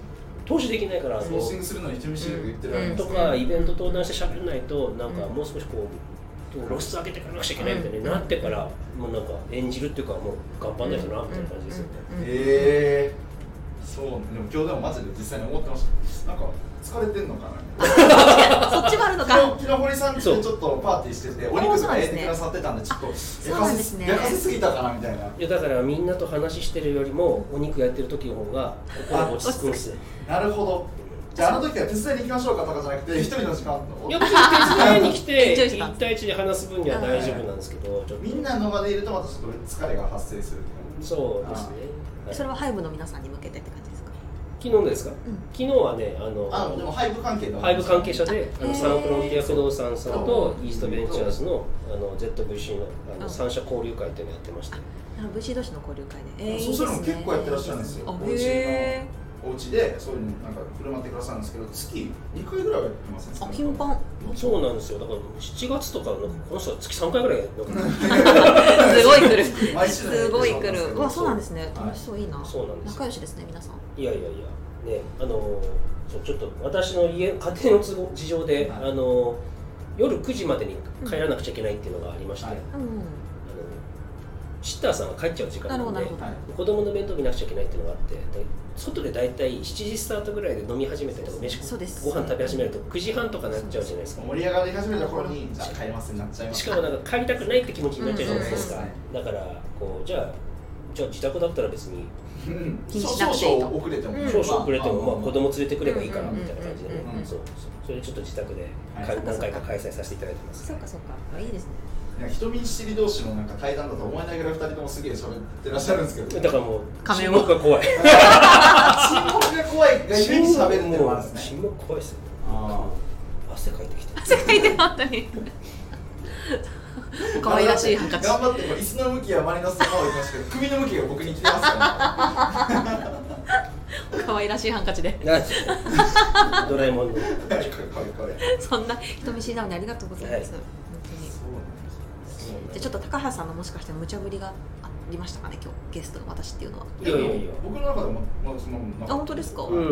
S3: 投資できないから、あの
S1: ソーシングするのに人見知りとか言ってるわけです
S3: と
S1: ね
S3: かイベント登壇してしゃべんないとなんか
S2: うん
S3: もう少しこう露出上げていかなくちゃいけないみたいになってから、もうなんか演じるっていうかもう頑張んないとなみたいな感じですよね、
S2: うん
S1: ええそうでも今日でもマジで実際に思ってましたなんか疲れてんのかな
S2: そっちもあるの
S1: 昨
S2: か
S1: 日昨日堀さんってちょっとパーティーしててお肉とか焼いてくださってたんでちょっと
S2: うなんですね
S1: やかせすぎたかなみたいない
S3: やだからみんなと話してるよりもお肉やってる時の方が心が落ち着くんですよ
S1: なるほどじゃああの時は手伝いに行きましょうかとかじゃなくて一人の時間
S3: いや
S1: を
S3: 別に手伝いに来
S2: 緊張
S3: て
S2: した
S3: 1対1で話す分には大丈夫なんですけどちょっと
S1: みんなの場でいるとまたちょっと疲れが発生する
S3: そうですね、はい
S2: それはハイブの皆さんに向けてって感じですか、
S3: 昨日のですか
S2: うん
S3: 昨日はねあの
S1: あでも配布関係の
S3: ハイブ関係者であ
S2: へ
S3: の
S2: ー
S3: サンフロンティア不動産さんと
S1: そう
S3: イーストベンチャーズのあの ZVC のあ
S2: う
S3: の
S2: ん
S3: 三者交流会っていうのやってまして
S2: あの VC 同士の交流会で、えー
S1: そうそういうのも結構やってらっしゃるんですよ
S2: あ
S1: おうちの
S2: へ
S1: お家でそういうのなんか振る舞ってくださるんですけど月2回ぐらいはやってますね
S2: ーあ 頻繁
S3: そうなんですよだから7月とかなんかこの人は月3回ぐらいやるのか
S4: すごい来る
S1: 毎週のように
S2: すごい来るうわ
S1: そ
S2: そうう
S1: なで
S2: なんんですす
S1: ね
S2: ね楽しそういいな
S3: そうなんですよ
S2: 仲良しですね皆さん
S3: いやいやいやねあのそうちょっと私の家家庭の都合事情で、
S1: はい
S3: あの夜9時までに帰らなくちゃいけないっていうのがありまして、
S1: はい
S3: あの
S2: うん
S3: シッターさんが帰っちゃう時間
S2: な
S3: な
S2: るほ
S3: の
S2: どな
S3: で
S2: るほど
S1: はい
S3: 子供の面倒見なくちゃいけないっていうのがあってで外で大体7時スタートぐらいで飲み始めたりとか飯
S2: そうです
S3: ご飯食べ始めると9時半とかなっちゃうじゃないですか
S1: 盛り上がり始めた頃にじゃあ帰りますになっちゃいます
S3: しかもなんか帰りたくないって気持ちになっちゃうじゃないですか、
S1: うんうん
S3: だからこうじゃあじゃあ自宅だったら別に
S1: うん
S2: 気にしなくていいと
S1: 少々遅れても
S2: うん
S3: 少々遅れても、まあ、子供連れてくればいいかな
S2: うん
S3: みたいな感じでね、
S1: うん
S3: そうそうそれでちょっと自宅でか
S1: はい
S3: 何回か開催させていただいてます
S2: そうかそうかあいいですね
S1: いや人見知り同士のなんか対談だと思いながら二人ともすげえ喋ってらっしゃるんですけど
S3: だからもう
S4: 仮
S3: 沈
S4: 面を
S3: 黙が怖い
S1: 沈黙が怖いがゆえに喋るっていうのもあるんですね
S3: 沈黙怖いですよ
S1: あ
S3: 汗かいてきた
S4: 世界で本当 に
S1: ー
S4: 可愛らしいハンカチ
S1: 頑張ってこう椅子の向きはマリノスの方行き ますけど首の向きが僕に来てますからね
S4: 可愛らしいハンカチで
S3: なんですよドラえもんの
S1: これこれこれ
S4: そんな
S2: 人見知りなのにありがとうございます、
S3: はい
S2: 本当に
S1: そうなんですね
S2: じゃあちょっと高橋さんのもしかして無茶ぶりがありましたかね今日ゲストの私っていうのはい
S3: やいやいや
S1: 僕の中でも、まあ、そのなん
S2: あ本当ですか
S1: は
S3: う
S1: い
S3: ん
S2: よ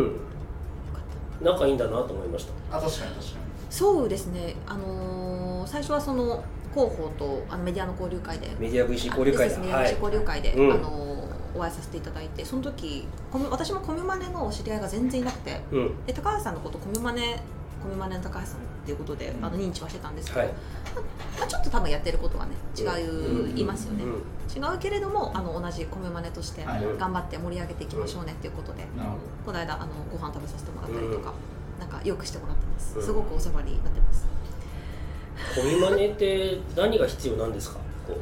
S2: かった
S3: 仲いいんだなと思いました
S1: あ確かに確か
S2: そうですねあのー最初はその広報とあのメディアの交流会で
S3: メディア VC 交流
S2: あ
S3: 会
S2: です
S3: だ
S2: ね、
S3: はい
S2: 交流会で、
S3: うん
S2: あのお会いさせていただいてその時コミ私もコミマネのお知り合いが全然いなくて
S3: うん
S2: で高橋さんのことコミマネコミマネの高橋さんっていうことで、あの認知はしてたんですけど、
S3: はい
S2: まあ、ちょっと多分やってることはね違う、
S1: うん
S2: いますよ
S3: う
S2: ね、
S3: ん
S2: 違うけれどもあの同じコミマネとして
S1: はい
S2: 頑張って盛り上げていきましょうねっていうことで、
S1: になるほど
S2: この間あのご飯食べさせてもらったりとか、なんかよくしてもらってます、
S3: うん
S2: すごくお世話になってます
S3: コミマネって何が必要なんですかこうこ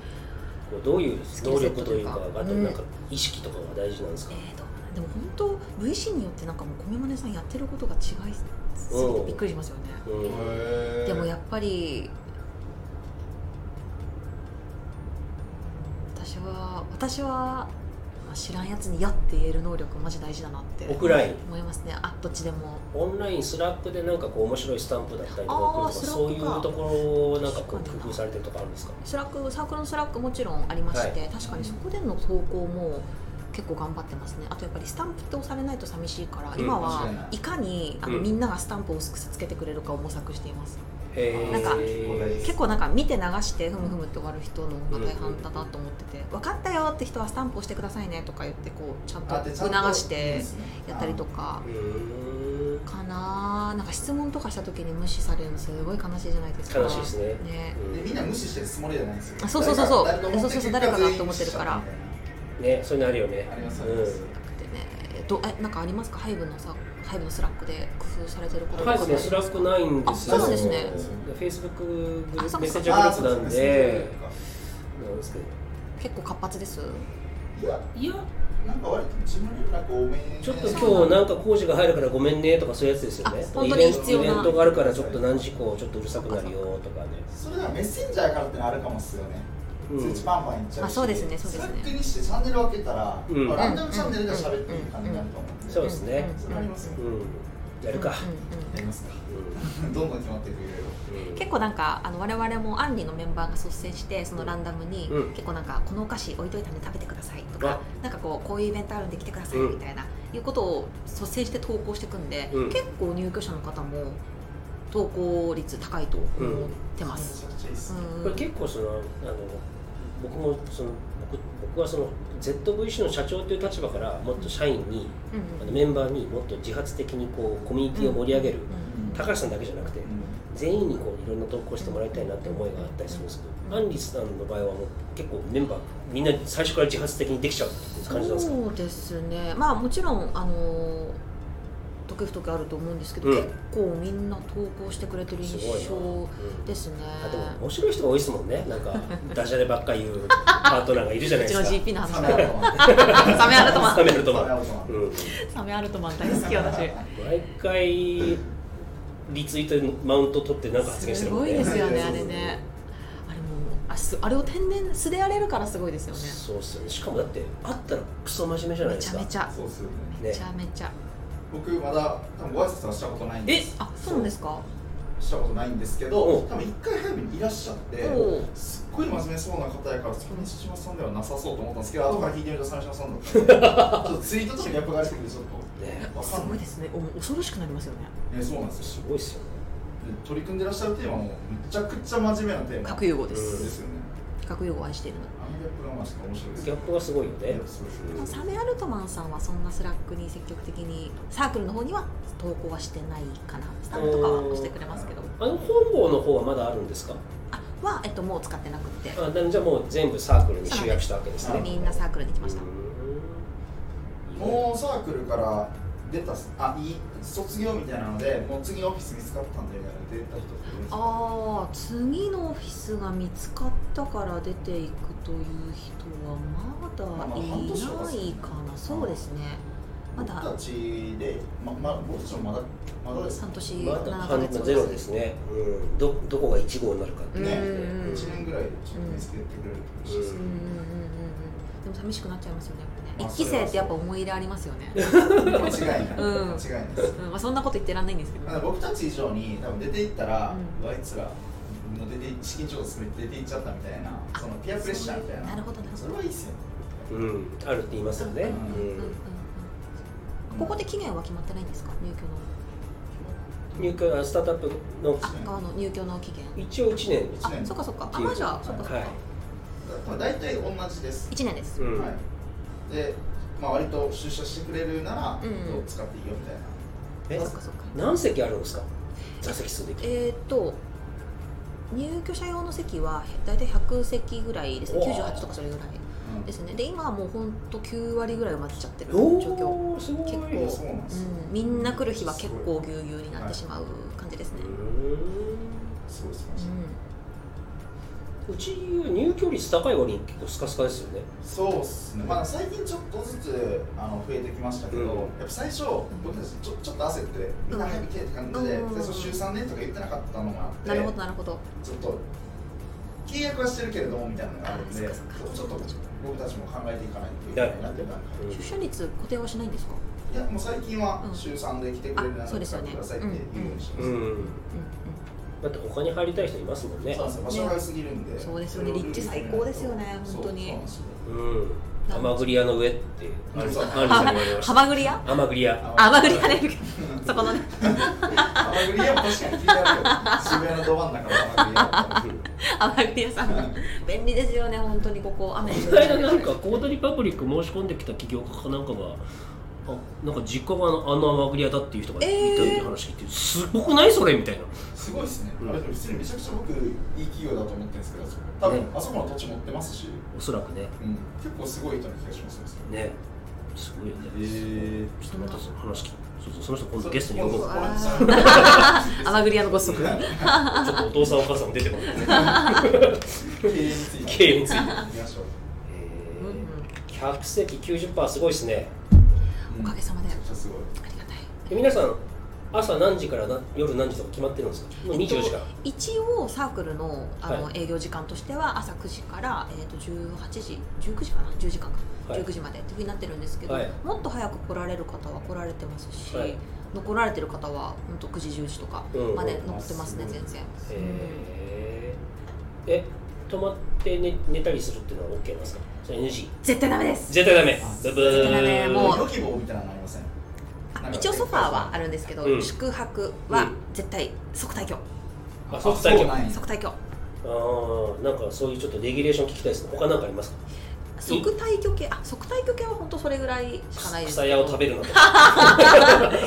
S3: うどういう能力とい
S2: スキルセ
S3: うか
S2: ットというか
S3: あと
S2: うん
S3: なんか意識とかが大事なんですか、
S2: えーとでも本当 VC によってなんかもうコミマネさんやってることが違いすぎてびっくりしますよね、
S3: うん
S1: へー
S2: でもやっぱりは私はまあ知らんやつに「や」って言える能力マジ大事だなって
S3: オフライン
S2: 思いますねあどっちでも
S3: オンラインスラックでなんかこう面白いスタンプだったりとか
S2: あー
S3: 送るとか
S2: スラックか
S3: そういうところをなんか
S2: 確か
S3: こう
S2: に
S3: 工夫されてるとかあるんですか
S2: スラックサークルのスラックもちろんありまして、確かにそこでの投稿も結構頑張ってますねあとやっぱりスタンプって押されないと寂しいから、
S3: うん
S2: 今
S1: 間違いな
S2: はいいかにあの、
S3: うん
S2: みんながスタンプを薄くつけてくれるかを模索しています
S3: へー
S2: なんか
S1: 結
S2: 結構なんか見て流してふむふむって終わる人の方が大半だなと思ってて「分かったよ」って人はスタンプ押してくださいねとか言ってこうちゃんと
S1: あでちゃん
S2: 促
S1: と
S2: してやったりとか
S3: うーん
S2: かななんか質問とかした時に無視されるのすごい悲しいじゃないですか
S3: 悲しいですね
S2: ね
S1: うんでみんな無視してるつもりじゃないんですよ
S2: あそうそうそうそう
S1: 誰か誰と思って
S2: そうそうそう誰かなって思ってるから
S1: 結果全員無視しちゃったみたいな
S3: ねそういうのあるよね
S1: ありますあります
S3: う
S2: でねどえなんかありますかハイブのさハイブのスラックで工夫されてること
S3: ん
S2: と
S3: ハ
S2: か
S3: イブねスラックないんですよ
S2: あそうなんですね
S3: フェイスブックグル
S2: あ
S3: ー
S2: そ
S3: プ
S2: うかそうか
S3: メッセージャ
S1: あ
S3: ー
S1: ー
S3: グ
S1: そ
S3: ルー
S1: う
S3: プなん
S1: です
S3: で
S1: ね
S3: なんですけど
S2: 結構活発です
S1: いや
S3: いや
S1: なんか割と自分連絡多めに
S3: ちょっと今日なんか工事が入るからごめんねとかそういうやつですよね
S2: あ本当に必要な
S3: イベントイベントがあるからちょっと何時以降ちょっとうるさくなるよとかね
S1: それではメッセンジャーからってのあるかもっすよね、
S3: うん
S1: 通知バンバンいっちゃうし
S2: あそうですねそうです
S1: ス
S2: ね
S1: ラックにしてチャンネル分けたら、
S3: うん
S1: まあランダムチャンネルで喋っていい感じになると思うんで、
S3: そうですね
S1: それありますよ、
S3: うんやるか
S1: やりますかどんどん決まっていくいろいろ
S3: うん
S2: 結構なんかあの我々もアンリのメンバーが率先してそのランダムに、
S3: うん
S2: 結構なんかこのお菓子置いといたんで食べてくださいとかなんかこうこういうイベントあるんで来てください
S3: うん
S2: みたいな、いうことを率先して投稿していくんで、
S3: うん
S2: 結構入居者の方も投稿率高いと思ってます。
S1: めちゃくちゃいいっす、
S2: うん
S3: これ結構そのあの僕もその僕僕はその ZVC の社長という立場からもっと社員に
S2: うん
S3: あのメンバーにもっと自発的にこうコミュニティを盛り上げる、
S1: うん
S3: 高橋さんだけじゃなくて全員にこういろんな投稿してもらいたいなって思いがあったりするんですけど、アンリさんの場合はもう結構メンバーみんな最初から自発的にできちゃうっていう感じなんですか
S2: そうですねまあもちろんあの時々あると思うんですけど、
S3: うん
S2: 結構みんな投稿してくれてる
S3: すごい
S2: 印
S3: な、うん
S2: 象ですね。
S3: あでも面白い人が多いですもんねなんかダジャレばっか言うパートナーがいるじゃな
S4: う
S3: い
S4: ち
S3: で
S4: の
S3: すか
S4: GP の話
S1: サメ
S4: だ
S1: アルトマ ン
S4: サメアルトマン
S3: 冷めると思う、
S1: サメアルトマン
S3: うん、
S4: サメアルトマン大好き私
S3: 毎回リツイートのマウント取ってなんか発言して
S4: す
S3: るもん
S4: ご
S3: ね
S4: いですよね
S1: そう
S4: あ
S1: そう
S4: れ
S1: そう
S4: ねあれもうあすあれを天然素でやれるからすごいですよね
S3: そうっすよねしかもだって会ったらクソ真面目じゃない
S2: め
S3: で
S2: ち
S3: す
S2: ゃ
S3: か
S2: めちゃ
S1: そうっすよね
S2: めちゃめちゃ、
S1: 僕まだ多分ご挨拶はしたことないんです
S2: あそうなんですか
S1: したことないんですけ
S3: お
S1: ど
S3: う
S1: 多分一回早めにいらっしゃって
S2: おう
S1: すっごい真面目そうな方やからそれに島さんではなさそうと思ったんですけど後から聞いてみると鮫島さん だったんでちょっとツイートとのギャップがありすぎてちょっ
S3: ね
S1: とわ
S4: す
S1: かん
S4: ご
S1: ないい
S4: ですねお恐ろしくなりますよね
S1: ねそうなんですよ
S3: すごいっすよね
S1: で取り組んでらっしゃるテーマもめちゃくちゃ真面目なテーマ
S2: 核融合です、
S1: ですよね
S2: 核融合を愛しているの
S1: あのギャップがまして面白いです
S3: ギャップがすごいよね
S1: いやそうですね
S2: サメアルトマンさんはそんなスラックに積極的にサークルの方には投稿はしてないかなスタンプとかはしてくれますけど
S3: あの本郷の方はまだあるんですか
S2: あは、えっと、もう使ってなくて
S3: あなんじゃあもう全部サークルに集約したわけですね
S1: そう
S2: みんなサークルに来ました、
S3: うん
S1: もうサークルから出たあいい卒業みたいなのでもう次オフィス見つかったんでみたいな出た人っているんですか
S2: ああ次のオフィスが見つかったから出ていくという人はまだいないかなそうですねまだ
S1: 僕たちで、まま、僕たちもまだまだです
S2: 半年
S3: まだ
S2: 7ヶ
S3: 半
S2: 月
S3: ゼロですね、うん、どどこが1号になるかって
S1: ね
S3: ね
S2: うん
S1: 1年ぐらいでちょっと見つけてくれると嬉しいです
S2: うんうんうんうんでも寂しくなっちゃいますよねやっぱね、
S1: まあ
S2: 一期生ってやっぱ思い入れありますよね、
S1: 間違いない、
S2: う
S1: 間違い
S2: ん
S1: ないです
S2: うんまあ、そんなこと言ってらんないんですけど
S1: だから僕たち以上に多分出ていったら、
S2: う
S1: あいつらもう出て資金調達めて出ていっちゃったみたいなそのピアプレッシャーみたいな
S2: なるほどなるほど
S1: それはいいっすよね
S3: うん、あるって言いますよね、
S1: う
S2: うんうんうんここで期限は決まってないんですか入居の
S3: うん、入居あスタートアップの
S2: あ側の入居の期限
S3: 一応1年です
S2: あそっかそっかあまあじゃあそっかそっか、
S3: はい
S1: まあ大体同じです、
S2: 1年です、
S3: うん
S1: はい、で、まあ、割と出社してくれるなら、
S2: うん
S1: どう使っていいよみたいな
S3: え
S2: そっかそっか
S3: 何席あるんですか座席数で言うと
S2: えーっと入居者用の席は大体100席ぐらいですね
S3: うわ
S2: 98とかそれぐらい
S1: うん
S2: ですねで今はもうほんと9割ぐらい埋まっちゃってる状況
S3: おーすごい
S2: 結構
S1: いやそうなんですよ、
S2: うん、みんな来る日は結構ぎゅうぎゅうになってしまう感じですね、
S1: すごいっすね
S3: うんうち入居率高い割に結構スカスカですよね
S1: そうっすね、まあ、最近ちょっとずつあの増えてきましたけど、
S3: うん
S1: やっぱ最初僕たちちょちょっと焦ってみんな早く来てって感じで、
S2: うん
S1: 最初週3年とか言ってなかったのもあっ
S2: う
S1: て
S2: ん、なるほどなるほど
S1: ちょっと契約はしてるけれどもみたいなのがあるんで
S2: あそっかそっか
S1: ちょっと僕たちも考えていかないといけないなっていう段階
S3: うん
S2: 出社率固定はしないんですか、
S1: いやもう最近は週3で来てくれるなら
S2: あそう
S1: 使っ
S2: で
S1: て
S2: すよね
S1: くださいって言うようにしてます、
S3: うん
S2: う
S3: だって他に入りたい人いますもんね
S1: そうなんですよ場所が良すぎるんで、
S2: ねそうですよね立地最高ですよね本当に
S1: そうそうなんですよ
S3: うんハマグリ屋の上ってアンさんアンさんに言われま
S2: ハ
S3: した
S2: マグリ屋
S3: ハマグリ屋
S2: あハマグリ屋ね そこのね
S1: ハマグリ屋も確かに聞いてあるけど渋谷のど真ん中のハマグリ屋だった
S3: うん
S2: ハマグリ屋さ ん便利ですよね本当にここ雨に
S3: この間なんかコードリパブリック申し込んできた起業家かなんかがあなんか実家があのあのアマグリアだっていう人がいたって話聞いて、すごくないそれみたいな
S1: すごいですね、
S3: うん
S1: あれ普通にめちゃくちゃ僕いい企業だと思ってるんですけどあそこ多
S3: ね
S1: 分あそこの土地持ってますし、
S3: おそらくね
S1: うん、結構すごい人な気がしますよそれ
S3: ねすごいよね、
S1: え
S3: ちょっとまたその話聞そうそうその人今度ゲストに呼ぼうか
S4: アマグリアのご子息
S3: ちょっとお父さんお母さんも出てこない ね
S1: 経営について
S3: 経営について
S1: 行きましょう
S2: う
S3: え
S2: んうん
S3: ー客席90%すごいですね
S1: うん
S2: おかげさまで
S1: めちゃくちゃすごい
S2: ありがたい
S3: で皆さん朝何時からな夜何時とか決まってるんですかもう24時間、
S2: 一応サークルのあの
S3: は
S2: 営業時間としては朝9時から、えー、と18時19時かな10時間か、
S3: はい
S2: 19時までっていうふうになってるんですけど、
S3: はい
S2: もっと早く来られる方は来られてますし、
S3: はい
S2: 残られてる方は本当9時10時とか
S3: うん
S2: まで残ってますね、
S1: うん
S2: 全然、
S3: えーえ泊まって寝寝たりするっていうのは OK なんですかそれ NG
S2: 絶対ダメです
S3: 絶対ダメブブー
S2: 絶対ダメもう
S1: 予期棒みたいなのありません
S2: あ
S1: なんか
S2: 一応ソファーはあるんですけど、
S3: うん
S2: 宿泊は
S3: うん
S2: 絶対即退去、
S3: あそう伝
S1: あ
S3: え
S1: そうなんや
S2: 即退去
S3: ああなんかそういうちょっとレギュレーション聞きたいですね他なんかありますか
S2: 即退去系あ即退去系は本当それぐらいしかないです
S3: 草屋を食べるなと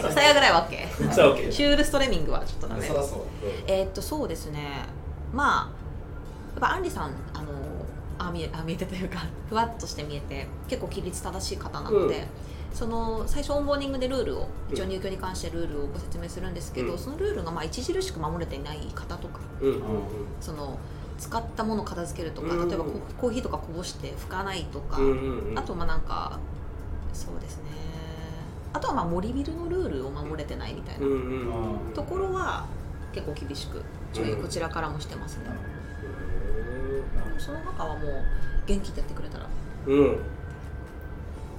S2: 草屋ぐらいは OK
S3: 草屋 OK
S2: シュールストレミングはちょっとダメ
S1: そらそう
S2: えーっとそうですねまあやっぱアンリさんあのあ見えあ見えてというか ふわっとして見えて結構規律正しい方なので、
S3: うん
S2: その最初オンボーニングでルールを一応入居に関してルールをご説明するんですけど、
S3: うん
S2: そのルールがまあ著しく守れていない方とか
S3: うんうん
S2: その使ったものを片付けるとか
S3: うん
S2: 例えばココーヒーとかこぼして拭かないとか、
S3: うんうんうん
S2: あとまあなんかそうですねあとはまあ森ビルのルールを守れてないみたいな
S3: うんうんうん
S2: ところは結構厳しく注意
S3: うん
S2: こちらからもしてますね、
S3: う
S2: でもその中はもう元気でやってくれたら
S3: んうん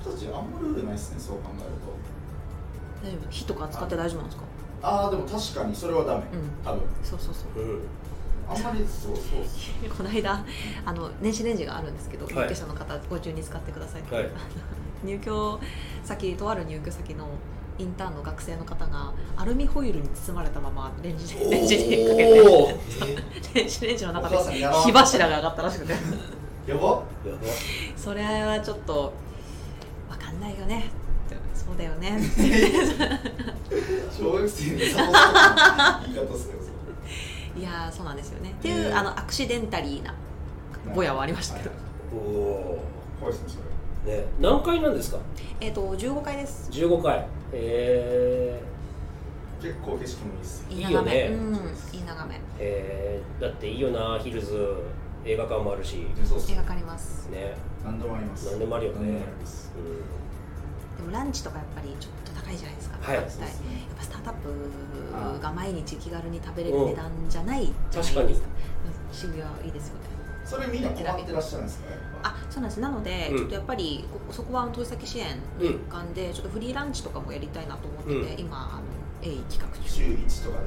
S1: 僕たちあんまルールないですねそう考えると
S2: 大丈夫火とか使って大丈夫なんですか
S1: ああでも確かにそれはダメ、
S2: うん
S1: 多分
S2: そうそう そう
S3: うん
S1: あんまりそうそうそう
S2: この間あの電子レンジがあるんですけど、
S3: はい
S2: 入居者の方ご注に使ってくださいって、
S3: はい
S2: 入居先とある入居先のインターンの学生の方がアルミホイルに包まれたままレンジレンジにかけ
S3: お
S2: て
S3: ー
S2: 電子レンジの中で
S1: お母さんやば
S2: 火柱が上がったらしくて
S1: やば
S3: やば
S2: それはちょっとわかんないよねってそうだよね
S1: 小学生にサボった言い方するよそれ
S2: いやーそうなんですよねっていう、
S1: えー
S2: あのアクシデンタリーなぼやはありましたけど、
S1: はい
S3: お
S1: 怖いですねそれ
S3: ーね何回なんですか
S2: えっ、と15階です
S3: 15回えー
S1: 結構景色もいいっすよ
S3: いいよね
S2: いい眺めうんいい眺め
S3: えーだっていいよなヒルズ映画館もあるし
S1: そうっす
S2: 描かります
S3: ね
S1: 何でもあります
S3: 何でもあるよね
S1: 何でもあります
S3: うん
S2: でもランチとかやっぱりちょっと高いじゃないですか、
S3: はい
S2: 絶
S1: そう
S2: 対
S1: っ
S2: や
S1: す
S2: っ
S1: ね
S2: ぱスタートアップが毎日気軽に食べれる値段じゃないじゃ
S3: 確
S2: な
S3: か
S2: いで
S3: に
S2: すか渋谷はいいですよね
S1: それみんな困ってらっしゃるんですかやっぱ
S2: あそうなんですなので、
S3: うん
S2: ちょっとやっぱりここそこは投資先支援の一環で、ちょっとフリーランチとかもやりたいなと思ってて、
S3: うん
S2: 今あの鋭意企画
S1: 週
S2: 中
S1: 1とか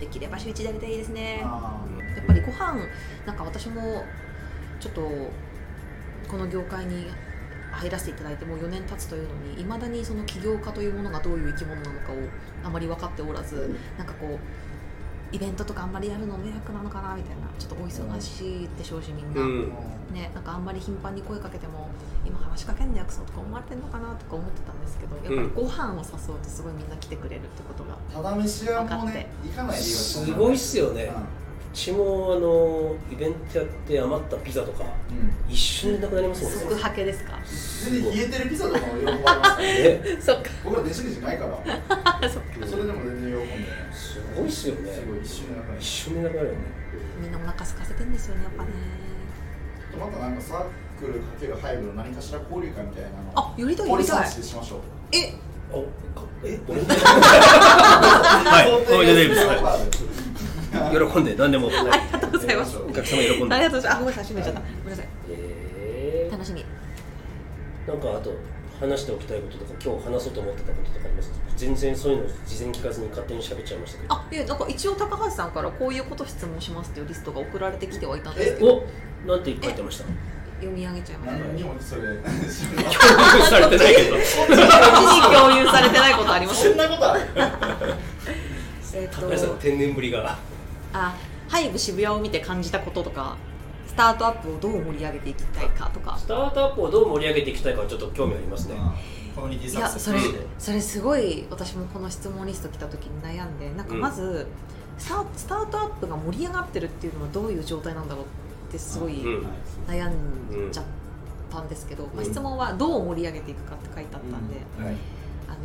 S1: で
S2: できれば週1でやりたいですね
S1: あ
S2: やっぱりご飯なんか私もちょっとこの業界に入らせていただいてもう4年経つというのにいまだにその起業家というものがどういう生き物なのかをあまり分かっておらずなんかこうイベントとかあんまりやるの迷惑なのかなみたいなちょっとお忙しいでしょうしみんな、
S3: うん
S2: ね、なんかあんまり頻繁に声かけても今話しかけんのやくそとか思われてんのかなとか思ってたんですけどやっぱりご飯を誘うとすごいみんな来てくれるってことが、
S1: あただ飯屋もね行かない理由はそん
S3: す
S1: な
S3: ごいっすよ
S1: う
S3: ね
S1: ん
S3: うちもあのイベントやって余ったピザとか
S1: うん
S3: 一瞬でなくなりますもんね
S2: 即派けです か
S1: 全然冷えてるピザとかも喜ばれますからね
S3: ね
S2: そっか
S1: 僕ら電子レンジないから
S2: そっか
S1: それでも全然喜んでね
S3: すごいっすよね
S1: すごい一瞬だから
S3: 一瞬でなくなるよね
S2: みんなお腹空かせてんですよねやっぱね
S1: またなんかサークルかける入るの何かしら交流会みたいなの
S2: あよりたい
S1: ポ
S2: よ
S1: リ
S2: りた
S1: サ
S2: い
S1: ーチしましょう
S2: え
S3: あかえ俺
S1: はい
S3: 小出デイビスは喜んで何でも
S2: ありがとうございます
S1: やりましょう
S3: お客様
S2: あ
S3: 喜ん
S2: り
S3: で
S2: がとうございますあごめんなさい閉めちゃったごめんなさい
S3: えー
S2: 楽しみ
S3: なんかあと話しておきたいこととか今日話そうと思ってたこととかあります全然そういうの事前に聞かずに勝手に喋っちゃいましたけど
S2: あいやなんか一応高橋さんからこういうこと質問しますっていうリストが送られてきてはいたんですけど
S3: おなんて書いてました
S2: 読み上げちゃいました
S1: 何にもそれ
S3: されてないけど
S4: に共有されてないことあります
S1: そんなことある
S2: えっ
S3: 高橋さんの
S2: と
S3: 天然ぶりが
S2: あハイブ渋谷を見て感じたこととかスタートアップをどう盛り上げていきたいかとか
S3: スタートアップをどう盛り上げていきたいかはちょっと興味ありますね
S1: コミュニティ
S2: い
S1: サ
S2: や
S1: クセス
S2: それ
S3: うん
S2: それすごい私もこの質問リスト来た時に悩んでなんかまず、スタスタートアップが盛り上がってるっていうのはどういう状態なんだろうってすごい
S3: うん
S2: 悩んじゃったんですけど、まあ、質問はどう盛り上げていくかって書いてあったんで、
S1: はい
S2: あの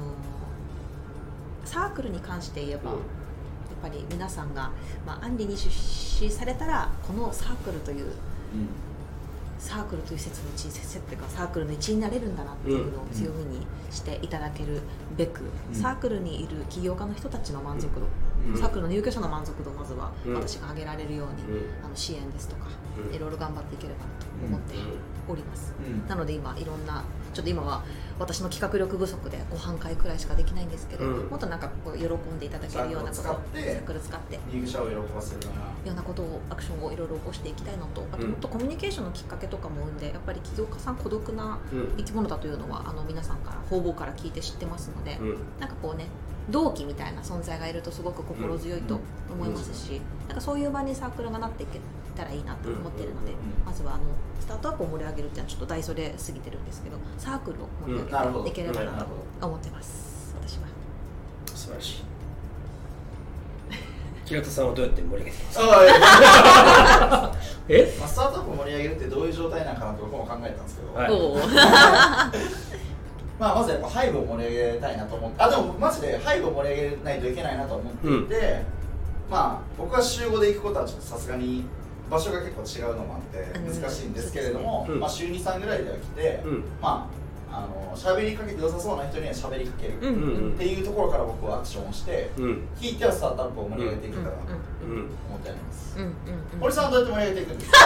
S2: サークルに関して言えば、
S3: うん
S2: やっぱり皆さんが、まあ、アンリに出資されたらこのサークルというサークルという施設の一員施設っていうかサークルの一員になれるんだなっていうのを強みにしていただけるべく、
S1: ん
S2: サークルにいる起業家の人たちの満足度、
S1: うん
S2: サークルの入居者の満足度をまずは
S3: うん
S2: 私が上げられるように、
S3: うん
S2: あの支援ですとか、
S3: うん
S2: いろいろ頑張っていければなと思っております。
S1: うん
S2: なので今いろんなちょっと今は私の企画力不足でご飯会くらいしかできないんですけど、
S3: うん
S2: もっとなんかこう喜んでいただけるようなこと
S1: サークルを使って
S2: サークル使って
S1: 入社を喜ばせるような
S2: ようなことをアクションをいろいろ起こしていきたいのとあと
S3: うん
S2: もっとコミュニケーションのきっかけとかも多いんでやっぱり起業家さん孤独な
S3: うん
S2: 生き物だというのはあの皆さんから方々から聞いて知ってますので、
S3: うん
S2: なんかこうね同期みたいな存在がいるとすごく心強いと思いますし、なんかそういう場にサークルがなっていけたらいいなと思っているので、
S3: うん
S1: うん
S2: まずはあのスタートアップを盛り上げるっていうのはちょっと大それすぎてるんですけどサークルを盛り
S3: うん
S1: なるほ
S2: 上
S1: ど
S2: げていければ
S1: な
S2: な
S1: るほ
S2: と思ってます、私は。
S3: 素晴らしい平田さんはどうやって盛り上げてますか
S1: ああいや
S3: え
S1: まあスタートアップを盛り上げるってどういう状態なのかなと僕も考えたんですけど、
S3: はい
S2: おー
S1: まあ、まずやっぱ背後を盛り上げたいなと思ってあでもマジで背後を盛り上げないといけないなと思っていて、まあ僕は週5で行くことはちょっとさすがに場所が結構違うのもあって
S2: うん
S1: 難しいんですけれども、
S3: うん
S1: まあ、週23ぐらいでは来て、
S3: うん
S1: まああの喋りかけて良さそうな人には喋りかける
S4: う
S1: っ
S4: ん
S3: うん
S1: ていうところから僕はアクションをして、
S3: うん
S1: 引いてはスタートアップを盛り上げていけたらなと
S3: うん
S1: 思ってあります、
S2: うんうんうん
S1: 堀さんはどうやって盛り上げていくんですか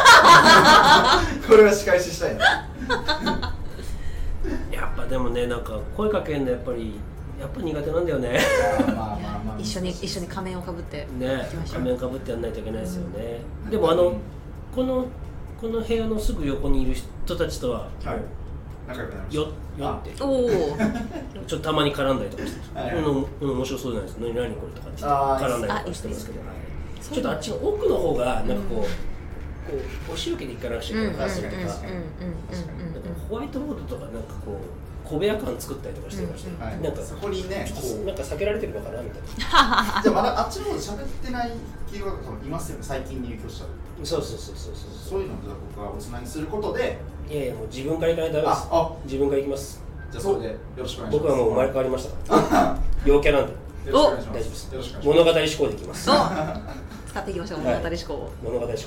S1: これは仕返し したいな
S3: やっぱでもねなんか声かけるのやっぱりやっぱ苦手なんだよね
S1: まあまあまあ
S2: 一緒に一緒に仮面をかぶって
S3: ね
S2: 行きましょう
S3: 仮面かぶってやんないといけないですよね、でもあのこのこの部屋のすぐ横にいる人たちとは
S1: はい仲良くなりました
S3: よよってちょ
S2: おおー
S3: っとたまに絡んだりとかして、
S1: はい
S3: うんうん面白そうじゃないですか何何これとかって
S1: あー
S3: 絡んだりとかしてますけど、
S1: あいいですね
S3: はいちょっとあっちの奥の方がなんかこう、こうお仕受けに行かなくちゃいけない
S1: 確かに確かに
S2: うんうんうんうんうん
S3: なんかホワイトボードとかなんかこう小部屋感作ったりとかしてましたよ、
S1: はい、
S3: なんか
S1: そこにね、こ う
S3: なんか避けられてるのかなみたいな
S1: じゃあまだあっちの方で喋ってない企業がいますよね、最近入居した
S3: そうそうそうそうそう
S1: そういうのをじゃあ僕はおつなぎすることで、
S3: いやいやもう自分から行かないとダメです
S1: ああ
S3: 自分から行きます
S1: じゃあそれでよろしくお願いします。
S3: 僕はもう生まれ変わりましたから 陽キャなんで
S1: よろしくお願いし
S3: 大丈夫
S1: ま。
S3: ですす
S1: よろしくお願いします。
S3: 物語思考でいきます
S2: お使っていきましょう物語思考を
S3: 物語思考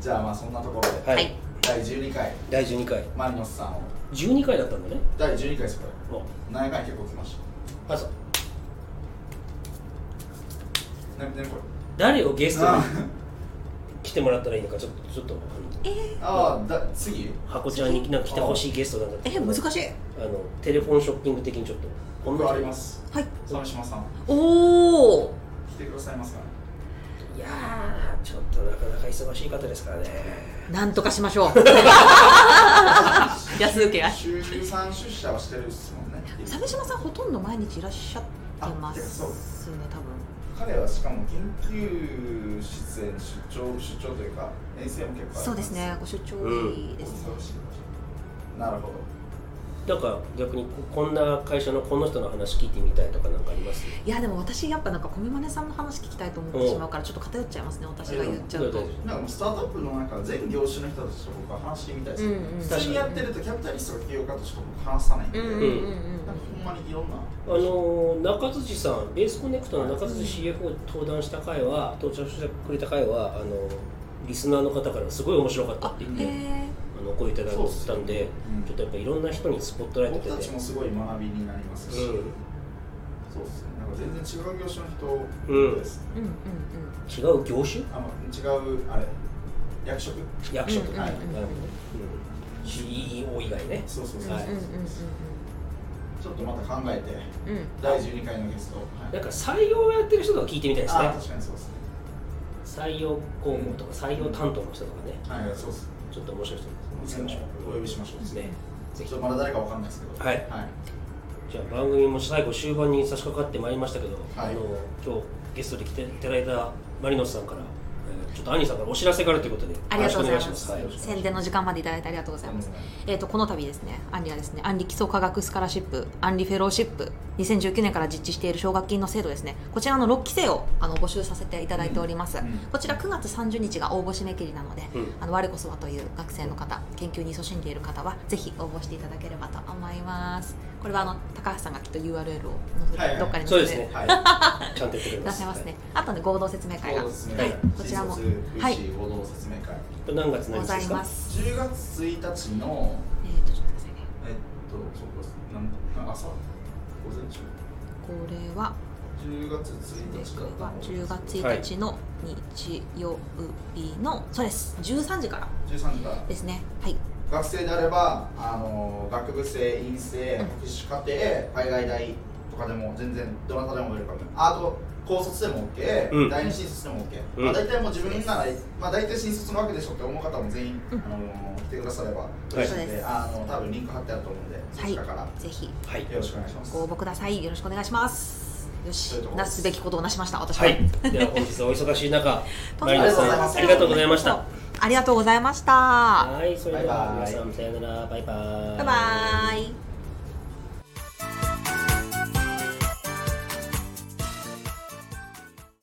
S1: じゃあまあそんなところで、
S3: ではい、
S2: はい
S1: 第12回、
S3: 第12回
S1: マリノスさんを、
S3: 12回だったんだね
S1: 第12回です、これ。
S3: もう
S1: 何回結構来まし
S3: あそう
S1: た。な、なにこれ。
S3: 誰をゲスト
S1: あ
S3: に来てもらったらいいのかちょっとちょっとあの
S1: あー、だ次
S3: 箱ちゃんになんか来てほしいゲストなんだったら
S2: え難しい
S3: あのテレフォンショッピング的にちょっと
S1: 僕はあります。
S2: はい
S1: 鮫島さん、
S2: おお
S1: 来てくださいますかね。
S3: いやーちょっとなかなか忙しい方ですからね
S2: なんとかしましょう 安請け合い
S1: 週3出社はしてるっすもんね。
S2: 鮫島さんほとんど毎日いらっしゃってま
S1: あ
S2: すね多分
S1: 彼はしかも緊急出演出張出張というか遠征も結構あるんです
S2: そうですねご出張多いですね
S1: 恐ろしいなるほど
S3: なんか逆にここんな会社のこの人の話聞いてみたいとかなんかあります
S2: いやでも私やっぱなんか小見真さんの話聞きたいと思ってしまうからちょっと偏っちゃいますね私が言っちゃうと
S3: どうぞ
S1: なんかもうスタートアップの中全業種の人たちと僕は話してみたいです、
S2: うんうん
S1: 普通にやってるとキャピタリストが企業家としか僕話さないんで、
S2: うんうん
S1: な
S2: うんん
S1: か
S2: うん
S1: ほんまにいろんな
S3: あのー中辻さん、ベースコネクトの中辻 CFO に登壇した回は、登場してくれた回は、あのーリスナーの方からすごい面白かったって言って、
S2: へ
S3: あ
S2: え
S3: のお声いただいたんで、
S1: うん
S3: ちょっとやっぱいろんな人にスポットライト
S1: 僕
S3: 当
S1: た
S3: て
S1: ち
S3: て、
S1: もすごい学びになりますし、
S3: う
S1: そうですねなんか全然違う業種の
S3: うん
S1: 人です、
S2: うんうん
S3: ん、違う業種、
S1: あの違うあれ役職
S3: 役職、
S2: うん
S1: はい
S3: なるほどね CEO 以外ね
S1: そうそうそう、
S3: は
S4: うんうんうん
S1: ちょっとまた考えて
S4: うんうん
S1: 第12回のゲスト、はい
S3: なんか採用をやってる人とか聞いてみたいです
S1: あ
S3: ね
S1: 確かにそうですね
S3: 採用項目とか採用担当の人とかね
S1: はいそうです
S3: ちょっと面白い人見つけましょう
S1: お呼びしましょう
S3: ねぜ
S1: ちょっ
S3: ひ
S1: とまだ誰かわかんないですけど
S3: はいじゃあ番組も最後終盤に差し掛かってまいりましたけど、
S1: はい
S3: あの今日ゲストで来ていただいたマリノスさんから、えーちょっとアニーさんからお知らせがあるということで
S2: ありがとうございます
S3: よろ
S2: 宣
S3: しくお願いしますはいよろしくお願いし
S2: 伝の時間までいただいてありがとうございます、えー、とこの度ですねアンリはですねアンリ基礎科学スカラシップアンリフェローシップ2019年から実施している奨学金の制度ですねこちらの6期生をあの募集させていただいております、
S1: うん
S2: こちら9月30日が応募締め切りなので、
S3: うん
S2: あの我こそはという学生の方研究に勤しんでいる方はぜひ応募していただければと思いますこれはあの高橋さんがきっと URL を載せて、
S1: はいはい
S2: どっかに
S3: そう
S2: 載せ
S3: で
S2: て
S3: すね
S1: はいは
S3: ますちゃんとやってくれ
S2: 出
S3: ます
S2: せますね、あとね合同説明会
S1: い
S2: が
S1: そうですね
S2: はい
S1: はい
S2: こちらも
S1: 新卒
S2: はい
S1: VC 合同説明会
S3: これ何月何
S2: ご
S3: 日
S2: ざ
S3: で
S2: い
S3: す
S2: ま
S3: か
S2: す
S1: 10月1日の
S2: えー、とちょっと待ってくださいね
S1: えっとそうですなんなん朝午前中
S2: これは
S1: 10月1日だったの
S2: 10月1日の日曜日の、そうです13時から
S1: 13時から
S2: ですねはい
S1: 学生であればあの学部生院生博士課程海外大とかでも全然どなたでもウェルカムああと高卒でも OK、
S3: うん
S1: 第二新卒でも OK、
S3: うん
S1: まあ、大体もう自分なら、まあ、大体新卒のわけでしょって思う方も全員、あの来てくだされば嬉しい
S2: そう
S1: の
S2: で
S1: で、
S2: す
S1: あの多分リンク貼ってあると思うんでそちらから、
S2: ぜひ
S3: はい
S1: よろしくお願いします
S2: ご応募くださいよろしくお願いしますよし
S1: そういうとこ
S2: なすべきことをなしました私は、
S3: はい、では本日はお忙しい中
S2: とん
S3: マ
S2: で
S3: リ
S2: も
S3: ノ
S2: ない
S3: スさんありがとうございました
S2: ありがとうございました
S3: はいそれでは皆さんさようならバイバイ
S2: バイバイ